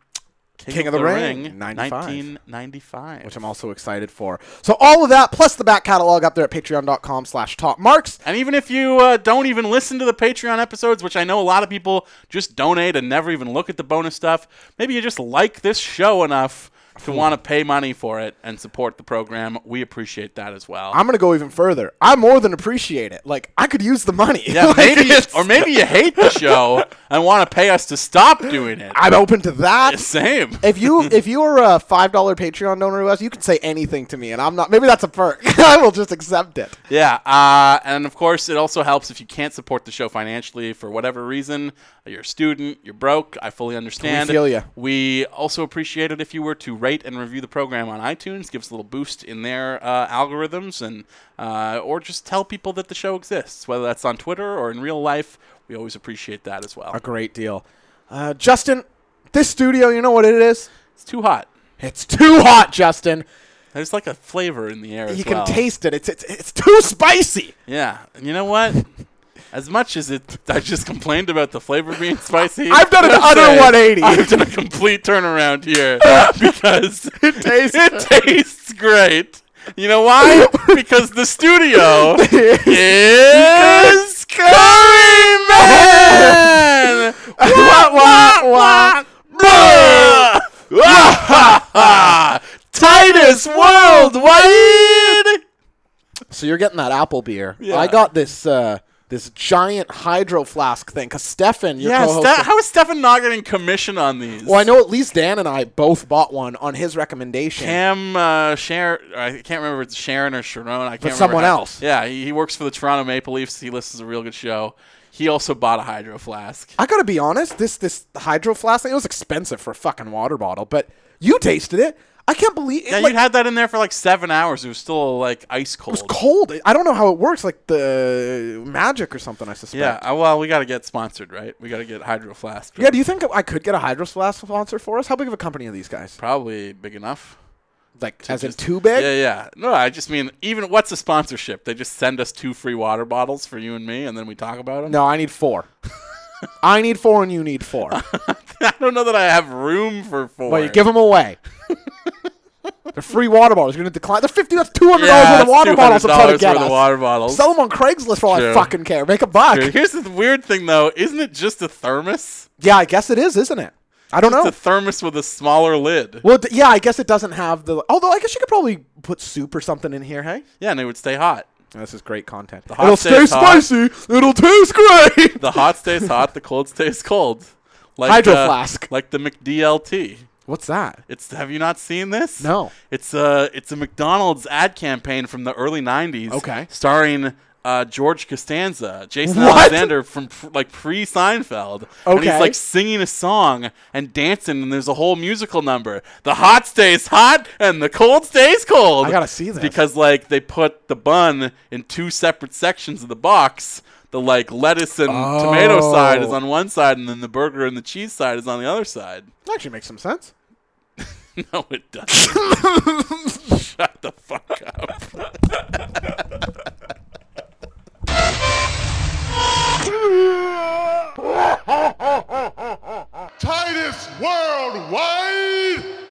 S3: King,
S4: of the Ring, 95.
S3: 1995.
S4: which I'm also excited for. So all of that, plus the back catalog up there at patreon.com slash top marks.
S3: and even if you uh, don't even listen to the Patreon episodes, which I know a lot of people just donate and never even look at the bonus stuff, maybe you just like this show enough to
S4: Hmm.
S3: want to pay money for it and support the program. We appreciate that as well.
S4: I'm <laughs> gonna go even further. I more than appreciate it. Like I could use the money. <laughs>
S3: yeah,
S4: Like,
S3: maybe
S4: it's-
S3: or maybe
S4: <laughs>
S3: you hate the show and want to pay us to stop doing it.
S4: I'm open to that.
S3: Same.
S4: if
S3: <laughs>
S4: you if you are a five dollar Patreon donor to us, you can say anything to me, and I'm not. Maybe that's a perk. <laughs> I will just accept it.
S3: Yeah, uh, and of course, it also helps if you can't support the show financially for whatever reason. You're a student, you're broke. I fully understand.
S4: We feel ya.
S3: We also appreciate it if you were to rate and review the program on iTunes, give us a little boost in their uh, algorithms, and uh, or just tell people that the show exists, whether that's on Twitter or in real life. We always appreciate that as well.
S4: A great deal, uh, Justin. This studio, you know what it is?
S3: It's too hot.
S4: It's too hot, Justin.
S3: There's like a flavor in the air. as
S4: you can
S3: well.
S4: taste it. It's it's it's too spicy.
S3: Yeah, and you know what? As much as it, I just complained about the flavor being spicy.
S4: I've done an
S3: I'm
S4: utter
S3: saying
S4: 180.
S3: I've done a complete turnaround here <laughs> because it
S4: tastes-
S3: tastes great. You know why? because the studio is curry man. <laughs> Wah, wah, wah, bruh. Wah, ha, ha. Titus Worldwide.
S4: So you're getting that apple beer.
S3: Yeah.
S4: I got this uh, this giant hydro flask thing because Stefan, your
S3: Yeah,
S4: co-host,
S3: Ste- how is Stefan Noggin in commission on these?
S4: Well, I know at least Dan and I both bought one on his recommendation.
S3: Cam uh, Sharon, I can't remember if it's Sharon or Sharon. I can't. remember
S4: someone
S3: how-
S4: else.
S3: Yeah, he, he works for the Toronto Maple Leafs. He listens to a real good show. He also bought a hydro flask.
S4: I gotta be honest, this this hydro flask thing, it was expensive for a fucking water bottle, but you tasted it. I can't believe it.
S3: Yeah,
S4: like,
S3: you had that in there for like seven hours. It was still like ice cold.
S4: it was cold. I don't know how it works, like the magic or something. I suspect.
S3: Yeah. uh, Well, we got to get sponsored, right? We got to get hydro flask.
S4: Yeah, Do you think I could get a hydro flask sponsor for us? How big of a company are these guys?
S3: probably big enough.
S4: Like, as
S3: Just-
S4: in too big?
S3: Yeah, yeah. No, I just mean even what's a sponsorship? They just send us two free water bottles for you and me, and then we talk about them.
S4: No, I need four. I need four, and you need four.
S3: <laughs> I don't know that I have room for four.
S4: But you give
S3: <laughs>
S4: them away. They're free water bottles. You're gonna decline. They're fifty. That's two hundred
S3: Yeah,
S4: dollars worth
S3: that's
S4: of water bottles. I'm trying to
S3: $200
S4: get
S3: worth of
S4: us.
S3: water bottles.
S4: Sell them on Craigslist for all
S3: True.
S4: I fucking care. Make a buck.
S3: Dude, Here's the weird thing, though. Isn't it just a thermos?
S4: Yeah, I guess it is, isn't it? I don't
S3: It's
S4: know.
S3: a thermos with a smaller lid.
S4: well, d- yeah, I guess it doesn't have the. Although I guess you could probably put soup or something in here. Hey,
S3: Yeah, and it would stay hot.
S4: this is great content.
S3: hot
S4: It'll stay
S3: stays hot.
S4: spicy. It'll taste great.
S3: The hot stays hot, the cold stays cold. Like
S4: Hydro
S3: the-
S4: Flask.
S3: Like the McDLT.
S4: What's that?
S3: It's have you not seen this?
S4: No.
S3: It's a it's a McDonald's ad campaign from the early '90s.
S4: Okay.
S3: Starring uh, George Costanza, Jason
S4: What?
S3: Alexander from pr- like pre Seinfeld. And he's
S4: Okay.
S3: like singing a song and dancing, and there's a whole musical number. The hot stays hot and the cold stays cold.
S4: I gotta see this.
S3: because like they put the bun in two separate sections of the box. The like lettuce and tomato side is
S4: Oh.
S3: on one side, and then the burger and the cheese side is on the other side. <laughs>
S4: That actually makes some sense. <laughs>
S3: No, it doesn't. Shut the fuck up.